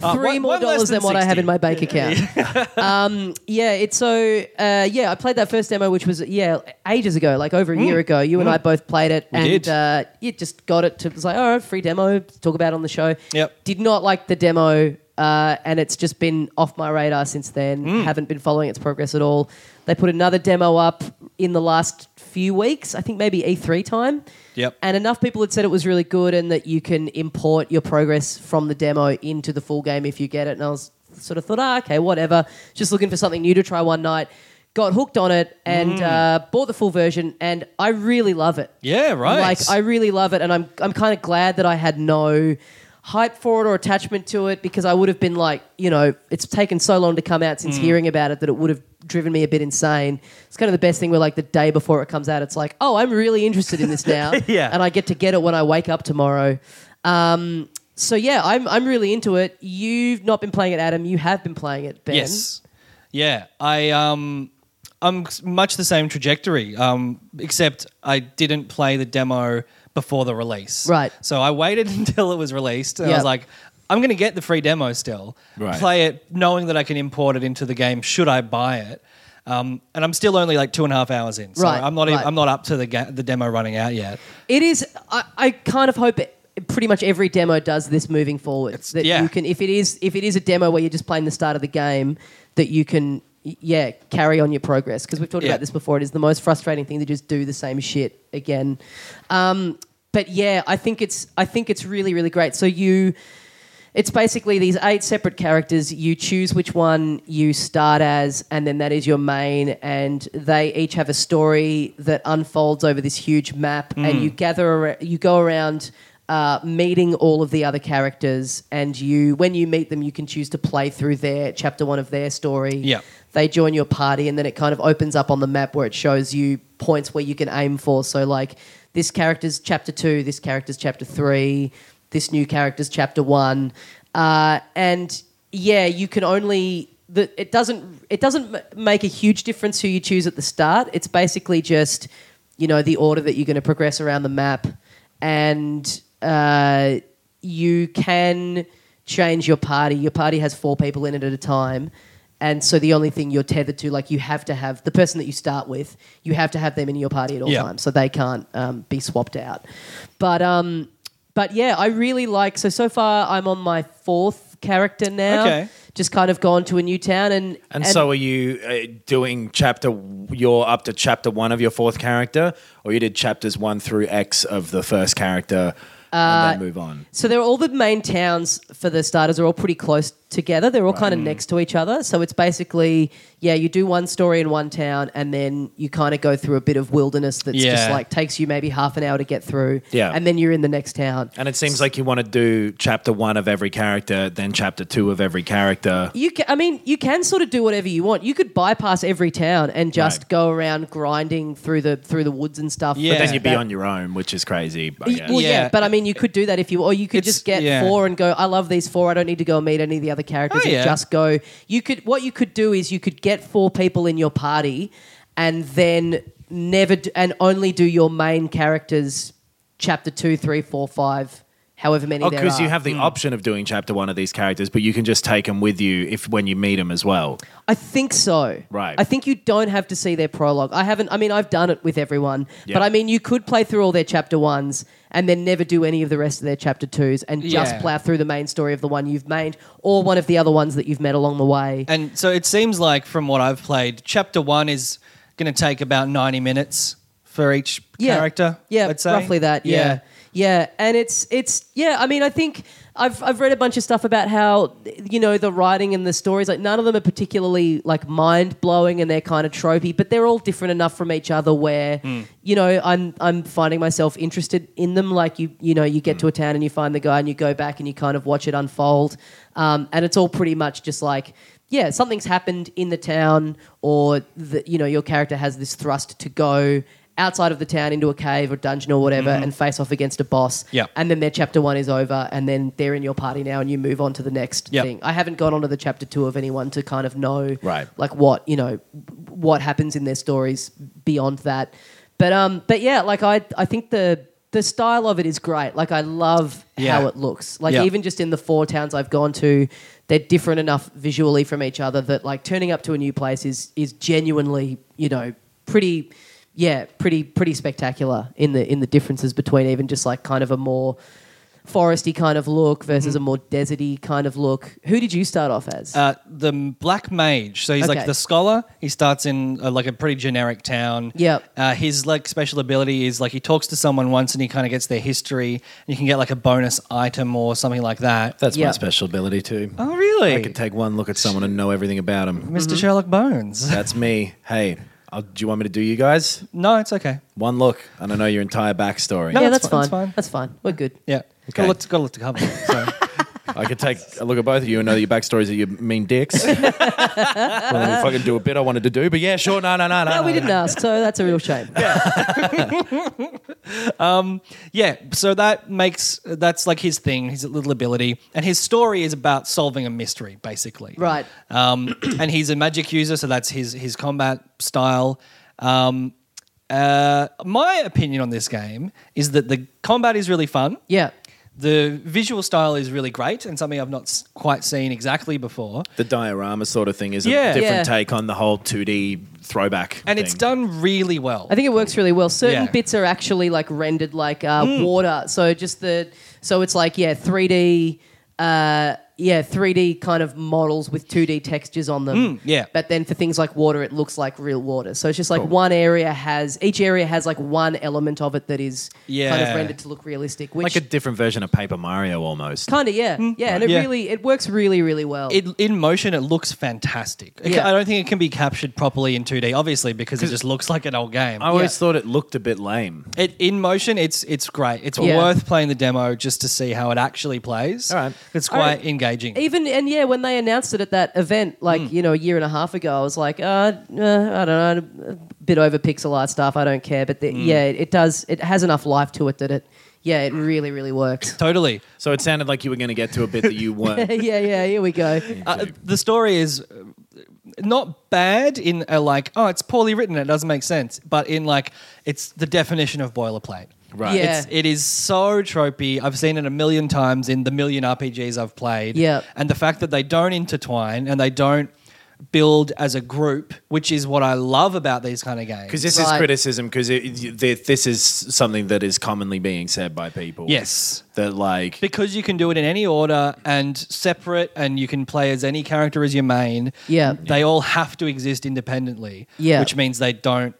B: Uh, one-
A: more
B: one less
A: dollars than,
B: than
A: what I have
B: 60.
A: in my bank account. um,
B: [LAUGHS]
A: yeah, it's so. Uh, yeah, I played that first demo, which was yeah ages ago, like over a year ago. You and I both played it, and
B: Mm. did.
A: Uh, you just got it to it was like, all right, free demo, talk about it on the show.
B: Yep.
A: Did not like the demo, uh, and it's just been off my radar since then.
B: Hmm.
A: Haven't been following its progress at all. They put another demo up in the last few weeks. I think maybe E3 time.
B: Yep.
A: And enough people had said it was really good and that you can import your progress from the demo into the full game if you get it. And I was sort of thought, ah, okay, whatever. Just looking for something new to try one night. Got hooked on it and
B: Hmm.
A: uh, bought the full version, and I really love it.
B: Yeah, right.
A: Like I really love it, and I'm I'm kind of glad that I had no hype for it or attachment to it because I would have been like, you know, it's taken so long to come out since
B: Mm.
A: hearing about it that it would have driven me a bit insane. It's kind of the best thing where like the day before it comes out, it's like, oh, I'm really interested in this now,
B: [LAUGHS] Yeah.
A: and I get to get it when I wake up tomorrow. Um, so yeah, I'm I'm really into it. You've not been playing it, Adam. You have been playing it, Ben.
B: Yes. Yeah. I um I'm s- much the same trajectory. Um except I didn't play the demo before the release.
A: Right.
B: So I waited [LAUGHS] until it was released and I
A: Yep.
B: was like I'm going to get the free demo still.
D: Right.
B: Play it knowing that I can import it into the game should I buy it. Um, and I'm still only like two and a half hours in, so
A: Right,
B: I'm not even,
A: right.
B: I'm not up to the ga- the demo running out yet.
A: It is. I, I kind of hope it, pretty much every demo does this moving forward. that
B: yeah.
A: you can, if it is, if it is a demo where you're just playing the start of the game, that you can, y- yeah, carry on your progress. Because we've talked
B: Yeah.
A: about this before. It is the most frustrating thing to just do the same shit again. Um, but yeah, I think it's, I think it's really, really great. So you. It's basically these eight separate characters. You choose which one you start as, and then that is your main. And they each have a story that unfolds over this huge map. And you gather, ar- you go around uh, meeting all of the other characters. And you, when you meet them, you can choose to play through their chapter one of their story.
B: Yeah.
A: They join your party, and then it kind of opens up on the map where it shows you points where you can aim for. So, like, this character's chapter two, this character's chapter three, this new character's chapter one. Uh, and yeah, you can only. The, it doesn't. It doesn't m- make a huge difference who you choose at the start. It's basically just, you know, the order that you're going to progress around the map, and uh, you can change your party. Your party has four people in it at a time. And so the only thing you're tethered to, like you have to have the person that you start with, you have to have them in your party at all
B: Yeah.
A: times, so they can't um, be swapped out. But um, but yeah, I really like. So so far, I'm on my fourth character now.
B: Okay.
A: Just kind of gone to a new town and
D: And, so are you uh, doing chapter you're up to chapter 1 of your fourth character or you did chapters 1 through X of the first character
A: Uh,
D: and then move on.
A: So they're all the main towns for the starters are all pretty close together. They're all kind of
D: Mm.
A: next to each other. So it's basically yeah, you do one story in one town, and then you kind of go through a bit of wilderness that's just
B: Yeah.
A: like takes you maybe half an hour to get through.
D: Yeah.
A: and then you're in the next town.
D: And it seems like you want to do chapter 1 of every character, then chapter 2 of every character.
A: You can, I mean, you can sort of do whatever you want. You could bypass every town and just
D: Right.
A: go around grinding through the through the woods and stuff.
B: Yeah.
D: But then you'd be
A: That-
D: on your own, which is crazy. I
A: Y-
D: guess.
A: Well, yeah.
B: Yeah.
A: but I mean, you could do that if you, or you could
B: It's-
A: just get
B: yeah.
A: four and go. I love these four. I don't need to go and meet any of the other characters.
B: Oh,
A: and
B: yeah.
A: Just go. You could. What you could do is you could get four people in your party, and then never d and only do your main characters, chapter two, three, four, five, however many.
D: Oh,
A: there
D: because you
A: are. Hmm.
D: have the option of doing chapter one of these characters, but you can just take them with you if when you meet them as well.
A: I think so.
D: Right.
A: I think you don't have to see their prologue. I haven't. I mean, I've done it with everyone,
D: Yeah.
A: but I mean, you could play through all their chapter ones and then never do any of the rest of their chapter twos and just
B: Yeah.
A: plow through the main story of the one you've made or one of the other ones that you've met along the way.
B: And so it seems like from what I've played, chapter one is going to take about ninety minutes for each character.
A: Yeah,
B: I'd say.
A: roughly that. Yeah. yeah, and it's it's yeah. I mean, I think I've, I've read a bunch of stuff about how you know the writing and the stories like none of them are particularly like mind blowing and they're kind of tropey, but they're all different enough from each other where
B: Hmm.
A: you know I'm I'm finding myself interested in them. Like you you know you get to
B: Hmm.
A: a town and you find the guy and you go back and you kind of watch it unfold, um, and it's all pretty much just like yeah something's happened in the town or the, you know your character has this thrust to go outside of the town into a cave or dungeon or whatever and face off against a boss
B: Mm-hmm. Yeah.
A: and then their chapter one is over and then they're in your party now and you move on to the next
B: Yep.
A: thing i haven't gone on to the chapter two of anyone to kind of know
C: Right.
A: like what you know what happens in their stories beyond that but um but yeah like i i think the the style of it is great like i love how
B: Yeah.
A: it looks like
B: Yeah.
A: even just in the four towns i've gone to they're different enough visually from each other that like turning up to a new place is is genuinely you know pretty yeah pretty pretty spectacular in the in the differences between even just like kind of a more foresty kind of look versus a more deserty kind of look who did you start off as
B: Uh, the m- black mage. So he's
A: Okay.
B: like the scholar. He starts in uh, like a pretty generic town.
A: Yep.
B: Uh, his like special ability is like he talks to someone once and he kind of gets their history. And you can get like a bonus item or something like that.
C: That's
A: Yeah.
C: my special ability too.
B: oh really?
C: I could take one look at someone and know everything about them.
B: Mr. Sherlock Bones. [LAUGHS]
C: That's me. Hey, I'll, do you want me to do you guys?
B: No, it's okay.
C: One look, and I know your entire backstory.
B: No.
A: yeah
B: that's
A: that's,
B: fine,
A: fine.
B: that's fine.
A: that's fine we're good
B: Yeah. Got
C: Okay.
B: a lot to, got a lot
A: [LAUGHS]
B: to cover. So.
C: I could take a look at both of you and know that your backstories are your
A: [LAUGHS]
C: mean dicks. well, if I could do a bit I wanted to do, but yeah, sure, no, no, no, no.
A: no we didn't ask so that's a real shame
B: Yeah, so that makes that's like his thing, his little ability, and his story is about solving a mystery, basically.
A: Right.
B: Um, [CLEARS THROAT] and he's a magic user, so that's his his combat style. Um, uh, my opinion on this game is that the combat is really fun.
A: yeah
B: The visual style is really great, and something I've not s- quite seen exactly before.
C: The diorama sort of thing is
B: Yeah.
C: a different
A: Yeah.
C: take on the whole 2D throwback.
B: And it's
C: thing.
B: done really well.
A: I think it works really well. Certain
B: Yeah. Hmm.
A: bits are actually like rendered like uh, water. So just the so it's like yeah, three D. Uh, yeah, 3D kind of models with 2D textures on them.
B: Hmm, yeah.
A: But then for things like water, it looks like real water. So it's just like one area has each area has like one element of it that is kind of
B: Yeah.
A: rendered to look realistic. Which
C: like a different version of Paper Mario almost.
A: kind of yeah, yeah. And it
B: Hmm. Yeah.
A: really it works really really well.
B: it, in motion, it looks fantastic. It ca-
A: Yeah.
B: I don't think it can be captured properly in 2D, obviously, because it just looks like an old game.
C: I always thought it looked a bit lame.
B: It in motion, it's it's great. It's
A: Yeah.
B: worth playing the demo just to see how it actually plays.
C: All right.
B: It's
A: All right.
B: quite engaging.
A: even and yeah, when they announced it at that event, like you know, a year and a half ago, I was like, uh, uh, I don't know, a bit over pixel art stuff. I don't care, but the, yeah, it does. It has enough life to it that it, yeah, it really, really works. [LAUGHS]
B: totally.
C: So it sounded like you were going to get to a bit that you weren't.
A: yeah, yeah, here we go.
B: Uh, the story is uh, not bad in a like, oh, it's poorly written. It doesn't make sense. But in like, it's the definition of boilerplate.
C: Right.
A: Yeah.
B: It's, it is so tropey. I've seen it a million times in the million RPGs I've played.
A: Yeah.
B: And the fact that they don't intertwine and they don't build as a group, which is what I love about these kind of games.
C: Because this
A: Right.
C: is criticism, because this is something that is commonly being said by people.
B: Yes.
C: That, like,
B: because you can do it in any order and separate and you can play as any character as your main
A: Yeah.
B: they all have to exist independently
A: Yeah.
B: which means they don't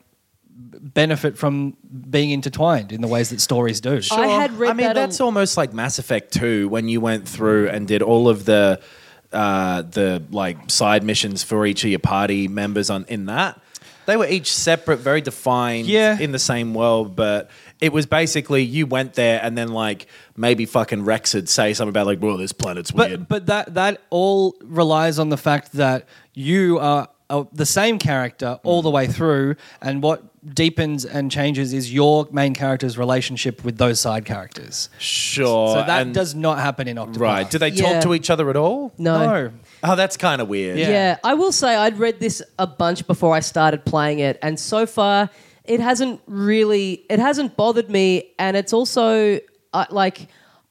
B: b- benefit from being intertwined in the ways that stories do
A: I had read
C: I mean,
A: that on-
C: that's almost like Mass Effect 2 when you went through and did all of the uh, the like side missions for each of your party members on in that. They were each separate, very defined
B: Yeah.
C: in the same world, but it was basically you went there and then like maybe fucking Rex would say something about like, well, this planet's
B: but
C: weird.
B: but that that all relies on the fact that you are uh, the same character all
C: Mm.
B: the way through and what deepens and changes is your main character's relationship with those side characters so
C: sure.
B: that
C: and-
B: does not happen in Octopath
C: Right. Do they
A: Yeah.
C: talk to each other at all?
A: No.
B: no
C: Oh, that's kind of weird.
B: Yeah.
A: Yeah. I will say I'd read this a bunch before I started playing it, and so far it hasn't really it hasn't bothered me, and it's also uh, like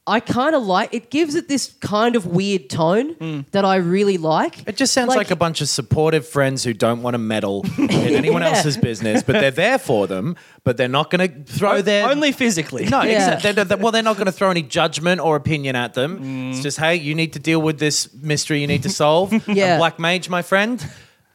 A: I kind of like it gives it this kind of weird tone that I really like.
C: It just sounds like, a bunch of supportive friends who don't want to
A: [LAUGHS]
C: meddle in anyone
A: Yeah.
C: else's business, but they're there for them, but they're not going to throw their
B: only physically
C: no.
A: Yeah.
C: Exactly. They're- they're- well, they're not going to throw any judgment or opinion at them. It's just hey, you need to deal with this mystery you need to solve.
A: [LAUGHS] Yeah.
C: And Black Mage, my friend.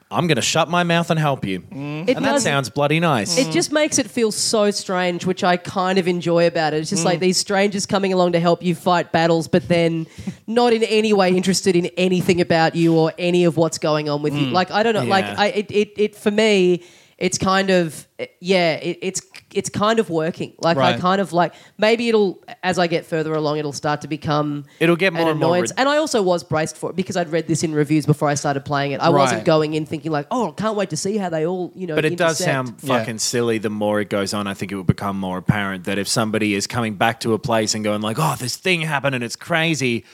D: I'm going to shut my mouth and help you.
A: It
C: Mm.
D: And that
A: does-
D: sounds bloody nice.
A: It just makes it feel so strange, which I kind of enjoy about it. It's just
D: Mm.
A: like these strangers coming along to help you fight battles, but
D: [LAUGHS]
A: then not in any way interested in anything about you or any of what's going on with you. Like I don't know. Like
D: Mm. Yeah.
A: I, it, it, it for me, it's kind of yeah. It, it's it's kind of working. Like I
B: Right.
A: kind of like maybe it'll as I get further along, it'll start to become
D: It'll
A: an
D: get more and more
A: annoyance.
D: rid-
A: And I also was braced for it because I'd read this in reviews before I started playing it. I wasn't
B: Right.
A: going in thinking like, oh, can't wait to see how they all you know.
D: But it does
A: intersect.
D: sound
B: Yeah.
D: fucking silly. The more it goes on, I think it will become more apparent that if somebody is coming back to a place and going like, "Oh, this thing happened and it's crazy,"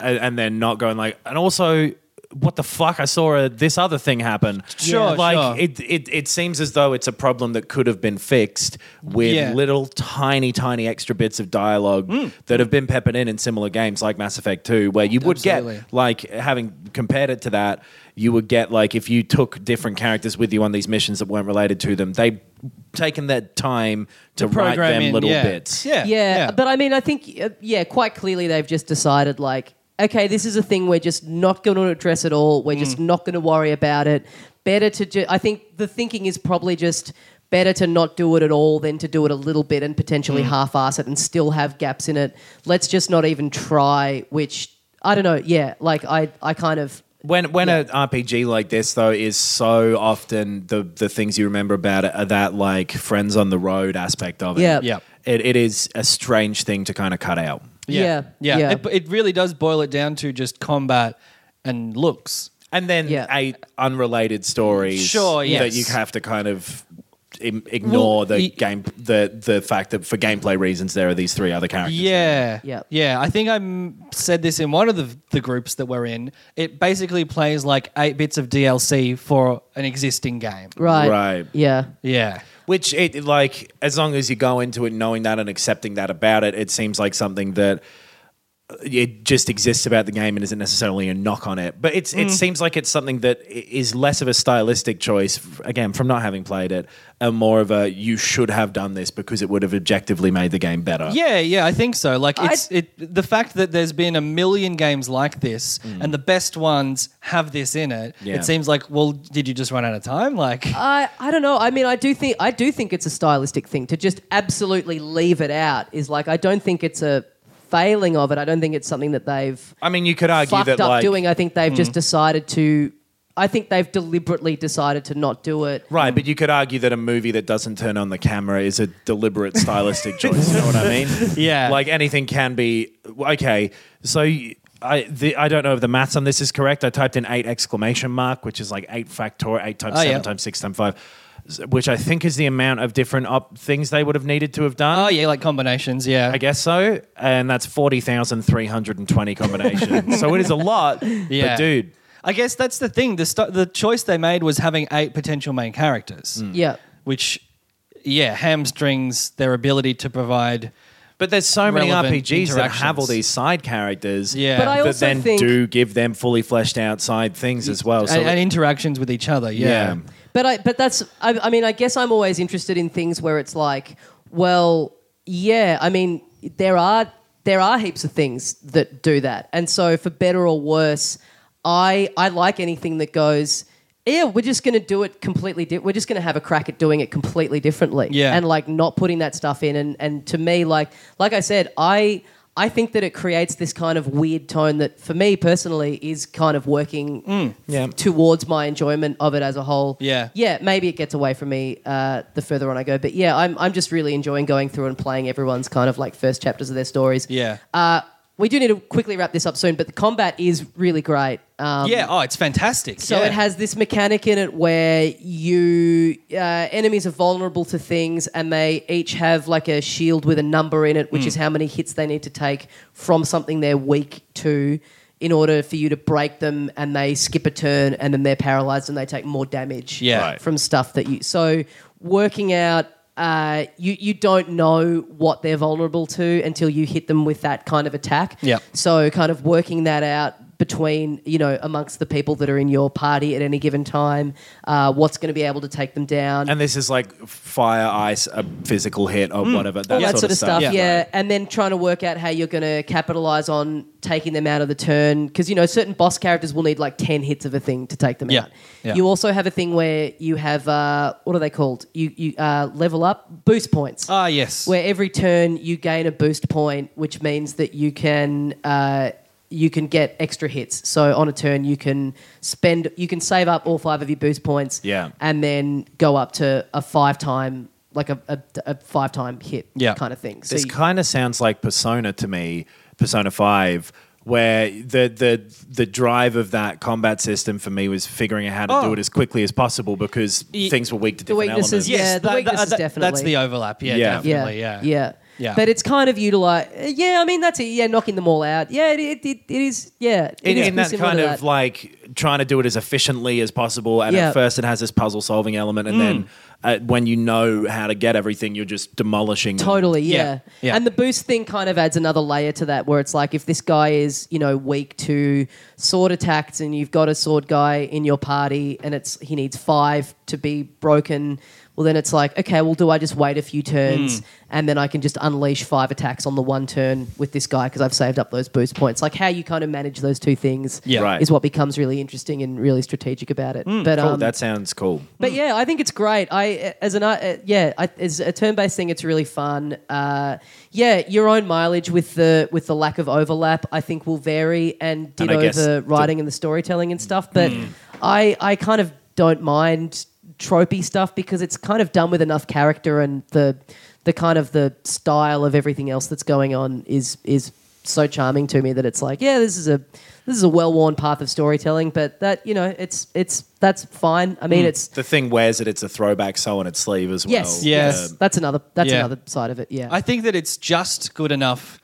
D: and, and then not going like, and also. What the fuck? I saw a, this other thing happen.
B: Sure,
D: like
B: sure.
D: It, it. It seems as though it's a problem that could have been fixed with
B: Yeah. Hmm.
D: little tiny, tiny extra bits of dialogue that have been peppered in in similar games like Mass Effect Two, where you would
B: Absolutely.
D: get like having compared it to that, you would get like if you took different characters with you on these missions that weren't related to them, they taken their time to, write
B: Program
D: them
B: in,
D: little
B: yeah.
D: bits.
B: Yeah,
A: yeah, But I mean, I think, uh, yeah, quite clearly they've just decided, like, okay, this is a thing we're just not going to address at all. We're just
B: Mm.
A: not going to worry about it. Better to ju- I think the thinking is probably just better to not do it at all than to do it a little bit and potentially
B: Mm.
A: half ass it and still have gaps in it. Let's just not even try, which I don't know. Yeah, like, I, I kind of.
D: When when an RPG like this though is so often the the things you remember about it are that like friends on the road aspect of it.
A: Yeah.
B: Yep.
D: It, it is a strange thing to kind of cut out.
A: Yeah.
B: yeah.
A: Yeah.
B: It, it really does boil it down to just combat and looks.
D: And then
A: Yeah.
D: eight unrelated stories
B: Sure,
D: that
B: yes.
D: you have to kind of im- ignore the
B: y-
D: game the the fact that for gameplay reasons there are these three other characters.
B: Yeah.
A: Yeah.
B: Yeah. I think I m- said this in one of the, the groups that we're in. It basically plays like eight bits of DLC for an existing game.
A: Right.
D: Right.
A: Yeah.
B: Yeah.
D: Which it like as long as you go into it knowing that and accepting that about it, it seems like something that uh, it just exists about the game and isn't necessarily a knock on it. But it's
A: Mm.
D: it seems like it's something that i- is less of a stylistic choice f- again from not having played it, and more of a you should have done this because it would have objectively made the game better.
B: Yeah, yeah, I think so. Like
A: I'd-
B: it's it the fact that there's been a million games like this and the best ones have this in it.
D: Mm. Yeah.
B: It seems like well, did you just run out of time? Like
A: I, I don't know. I mean, I do think I do think it's a stylistic thing to just absolutely leave it out. Is like I don't think it's a failing of it. I don't think it's something that they've
D: I mean, you could argue
A: fucked
D: that
A: up
D: like Mm-hmm.
A: doing. I think they've just decided to. I think they've deliberately decided to not do it.
B: Mm.
D: Right, but you could argue that a movie that doesn't turn on the camera is a
B: [LAUGHS]
D: deliberate stylistic choice. You know what I mean?
B: Yeah.
D: Like anything can be okay. So y- I the, I don't know if the maths on this is correct. I typed in eight exclamation mark, which is like eight factorial, eight times
B: Oh,
D: seven
B: yeah.
D: times six times five, s- which I think is the amount of different op- things they would have needed to have
B: [LAUGHS]
D: done.
B: oh yeah, like combinations, yeah.
D: I guess so, and that's forty thousand three hundred and
B: [LAUGHS]
D: twenty combinations. so it is a lot.
B: Yeah.
D: But dude,
B: I guess that's the thing. The st- the choice they made was having eight potential main characters,
A: Yeah.
B: which yeah, hamstrings their ability to provide
D: But there's so many
B: relevant
D: RPGs that have all
B: interactions.
D: these side characters,
B: Yeah. But I
D: that
A: also
D: then
A: think-
D: do give them fully fleshed out side things as well. So
B: and, and interactions with each other. Yeah.
D: Yeah.
A: But I, but that's, I, I mean, I guess I'm always interested in things where it's like, well, yeah, I mean, there are there are heaps of things that do that, and so for better or worse, I I like anything that goes. Yeah, we're just going to do it completely. Di- we're just going to have a crack at doing it completely differently,
B: Yeah.
A: and like not putting that stuff in. And and to me, like like I said, I I think that it creates this kind of weird tone that, for me personally, is kind of working
D: yeah.
A: towards my enjoyment of it as a whole.
B: Yeah.
A: Yeah, maybe it gets away from me uh, the further on I go. But yeah, I'm, I'm just really enjoying going through and playing everyone's kind of like first chapters of their stories.
B: Yeah.
A: Uh, we do need to quickly wrap this up soon, but the combat is really great. Um,
B: yeah, oh, it's fantastic.
A: so
B: yeah.
A: it has this mechanic in it where you uh, enemies are vulnerable to things, and they each have like a shield with a number in it,
B: Hmm.
A: which is how many hits they need to take from something they're weak to, in order for you to break them. And they skip a turn, and then they're paralyzed, and they take more damage
B: Yeah. Right.
A: from stuff that you. So working out. Uh, you you don't know what they're vulnerable to until you hit them with that kind of attack.
B: Yep.
A: So kind of working that out, but between you know amongst the people that are in your party at any given time. Uh, what's going to be able to take them down?
D: And this is like fire, ice, a physical hit,
B: Mm.
D: or whatever. That,
A: all that sort of stuff.
D: Yeah.
A: Yeah. and then trying to work out how you're going to capitalize on taking them out of the turn because you know certain boss characters will need like ten hits of a thing to take them
B: Yeah.
A: out.
B: Yeah.
A: You also have a thing where you have uh, what are they called? You you uh, level up boost points.
B: Ah, yes.
A: Where every turn you gain a boost point, which means that you can uh, you can get extra hits. So on a turn you can spend you can save up all five of your boost points.
D: Yeah.
A: And then go up to a five time like a, a, a five time hit
B: Yeah.
A: kind of thing. So
D: This
A: you-
D: kind of sounds like Persona to me, Persona Five, where the the the drive of that combat system for me was figuring out how to
B: Oh.
D: do it as quickly as possible because things were weak to different
A: weaknesses,
D: elements.
A: yeah. the weakness is
B: That's
A: definitely-
B: the overlap. Yeah,
D: Yeah.
B: definitely. Yeah.
A: yeah, yeah,
B: Yeah.
A: But it's kind of utilize. Yeah, I mean that's it. Yeah, knocking them all out. Yeah, it, it, it, it is. Yeah, it
D: in,
A: is
D: in that
A: similar
D: kind
A: to
D: of
A: that.
D: like trying to do it as efficiently as possible. And
A: Yeah. Mm.
D: at first, it has this puzzle solving element, and then uh, when you know how to get everything, you're just demolishing. them.
A: Totally,
B: Yeah,
A: yeah.
B: yeah.
A: And the boost thing kind of adds another layer to that where it's like if this guy is, you know, weak to sword attacks and you've got a sword guy in your party and it's he needs 5 to be broken, well then it's like, okay, well do I just wait a few
B: Hmm.
A: turns and then I can just unleash 5 attacks on the one turn with this guy because I've saved up those boost points. Like how you kind of manage those two things
B: Yeah. Right. Hmm.
A: is what becomes really interesting and really strategic about it. but
D: Cool,
A: um,
D: that sounds cool.
A: but yeah, I think it's great. I as an uh, yeah, I, as a turn-based thing, it's really fun. Uh, yeah, your own mileage with the with the lack of overlap, I think will vary, and
D: And
A: ditto
D: I guess
A: the writing and the storytelling and stuff. But I I kind of don't mind tropey stuff because it's kind of done with enough character and the the kind of the style of everything else that's going on is is so charming to me that it's like yeah this is a this is a well-worn path of storytelling but that you know it's it's that's fine i mean it's
D: The thing wears it; it's a throwback sew on its sleeve as well.
A: Yes,
B: Yes.
A: yes. That's another. That's
B: Yeah.
A: another side of it. Yeah.
B: I think that it's just good enough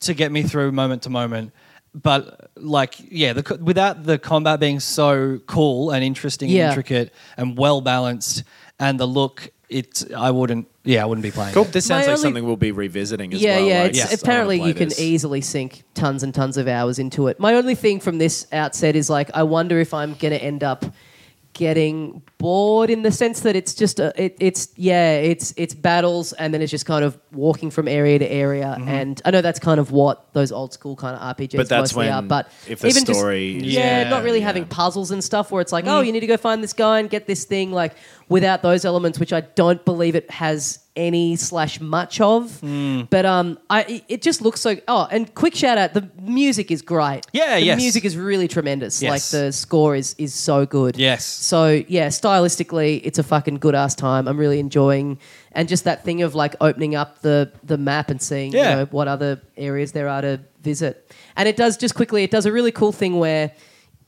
B: to get me through moment to moment. But like, yeah, the, co- without the combat being so cool and interesting,
A: Yeah.
B: and intricate, and well balanced, and the look, it I wouldn't. Yeah, I wouldn't be playing.
D: Cool.
B: it.
D: This sounds
A: My
D: like
A: only-
D: something we'll be revisiting as
A: yeah,
D: well.
A: yeah.
D: Like,
A: It's,
D: I wanna
A: Apparently,
D: play
A: you can
D: this.
A: easily sink tons and tons of hours into it. My only thing from this outset is like, I wonder if I'm going to end up getting bored in the sense that it's just a, it, it's yeah it's it's battles and then it's just kind of walking from area to area and I know that's kind of what those old school kind of RPGs
D: Mm-hmm. But that's
A: mostly
D: when
A: are but
D: if the
A: even just-
D: story is-
A: yeah,
B: Yeah,
A: not really
D: yeah. Mm.
A: having puzzles and stuff where it's like oh you need to go find this guy and get this thing like without those elements which I don't believe it has any slash much of
D: Mm.
B: Mm.
A: but um I it just looks so oh and quick shout out the music is great
B: Yeah,
A: the
B: yes.
A: music is really tremendous
B: Yes.
A: like the score is is so good
B: Yes.
A: so yeah stylistically it's a fucking good ass time I'm really enjoying and just that thing of like opening up the the map and seeing
B: Yeah.
A: you know what other areas there are to visit. And it does just quickly, it does a really cool thing where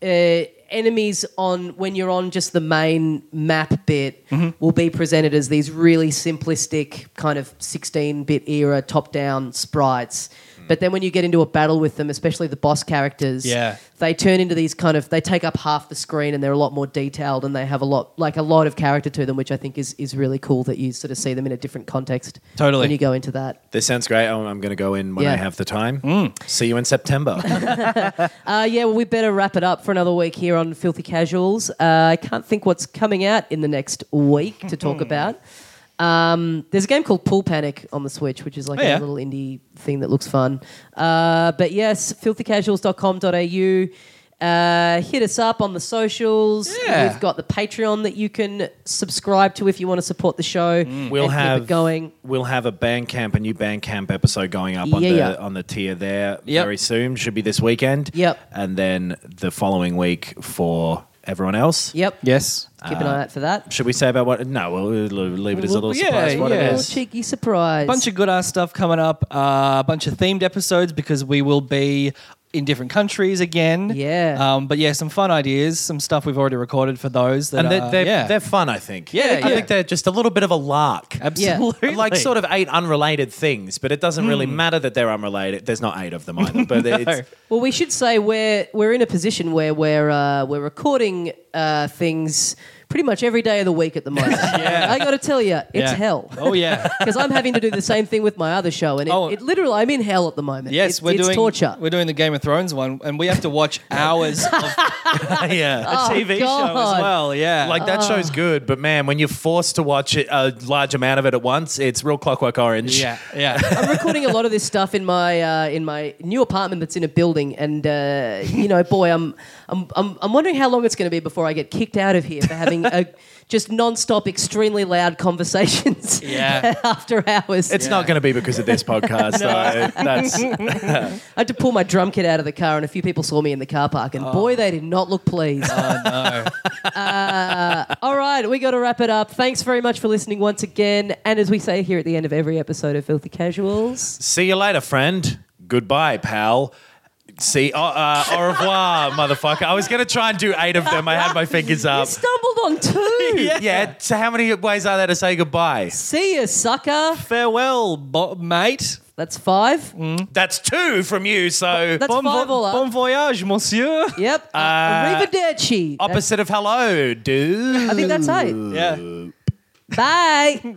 A: uh, enemies on when you're on just the main map bit will be presented as these really simplistic kind of 16-bit era top-down sprites. But then when you get into a battle with them, especially the boss characters,
B: Yeah.
A: they turn into these kind of they take up half the screen and they're a lot more detailed and they have a lot like a lot of character to them, which I think is is really cool that you sort of see them in a different context.
B: Totally.
A: When you go into that.
D: This sounds great. I'm, I'm going to go in when I
A: Yeah.
D: have the time. See you
A: [LAUGHS]
D: in September.
A: Uh, yeah, well, we better wrap it up for another week here on Filthy Casuals. Uh, I can't think what's coming out in the next week to
B: Hmm.
A: talk about. Um, there's a game called Pool Panic on the Switch, which is like
B: Oh, yeah.
A: a little indie thing that looks fun. Uh, but yes, filthycasuals.com.au. Uh, hit us up on the socials.
B: Yeah.
A: We've got the Patreon that you can subscribe to if you want to support the show.
B: Mm.
D: We'll
A: and keep
D: have
A: it going.
D: We'll have a Bandcamp, a new Bandcamp episode going up on
A: Yeah,
D: the
A: yeah.
D: on the tier there
B: Yep.
D: very soon. Should be this weekend.
A: Yep.
D: And then the following week for everyone else.
A: Yep.
B: Yes.
A: Keep an eye out for that.
D: Should we say about what? No, we'll we'll leave it as a little
B: Well, yeah,
D: surprise. what
B: yeah.
D: it
A: Little
D: is.
A: cheeky surprise.
B: bunch of good ass stuff coming up. Uh, a bunch of themed episodes because we will be in different countries again.
A: Yeah.
B: Um, but yeah, some fun ideas, some stuff we've already recorded for those. That
D: And
B: are-
D: they're, they're,
B: yeah.
D: they're fun, I think.
B: Yeah,
D: I
B: yeah.
D: think they're just a little bit of a lark.
B: absolutely
D: Like sort of eight unrelated things, but it doesn't
A: Hmm.
D: really matter that they're unrelated. There's not eight of them
A: [LAUGHS]
D: either, but it's,
A: Well, we should say we're we're in a position where we're uh, we're recording uh, things pretty much every day of the week at the
B: [LAUGHS]
A: moment. yeah. I got to tell you, it's
B: Yeah.
A: hell.
B: Oh
A: [LAUGHS]
B: yeah.
A: Because I'm having to do the same thing with my other show, and it,
B: Oh.
A: it literally, I'm in hell at the moment.
B: Yes,
A: it's,
B: we're
A: it's
B: doing
A: torture.
B: We're doing the Game of Thrones one, and we have to
A: [LAUGHS]
B: watch hours of [LAUGHS]
D: yeah.
A: Oh.
B: TV show as
A: God.
B: well. Yeah,
D: Like that
A: Oh.
D: show's good, but man, when you're forced to watch it, a large amount of it at once, it's real Clockwork Orange.
B: yeah, yeah.
A: I'm recording a lot of this stuff in my uh, in my new apartment that's in a building, and uh, you know, boy, I'm, I'm I'm I'm wondering how long it's going to be before I get kicked out of here for having
B: [LAUGHS]
A: a, just non-stop, extremely loud conversations
B: Yeah.
A: [LAUGHS] after hours.
D: It's not going to be because of this
A: [LAUGHS]
D: podcast, though. That's
A: I had to pull my drum kit out of the car, and a few people saw me in the car park, and boy, they did not look pleased. Uh,
B: oh
A: [LAUGHS]
B: no.
A: All right, we got to wrap it up. Thanks very much for listening once again, and as we say here at the end of every episode of Filthy Casuals,
D: See you later, friend. Goodbye, pal. See, oh, uh, au revoir, [LAUGHS] motherfucker. I was going to try and do eight of them. I had my fingers
A: I
D: up.
A: stumbled on
B: [LAUGHS]
A: two.
D: Yeah. So, how many ways are there to say goodbye?
A: See you, sucker.
B: Farewell, bo- mate.
A: That's five.
D: That's two from you. So,
A: That's
B: Mm. Bon, vo-
A: five all up.
B: bon voyage, monsieur.
A: Yep. Uh, Arrivederci.
D: opposite of hello, dude.
A: I think that's eight.
B: Yeah.
A: Bye.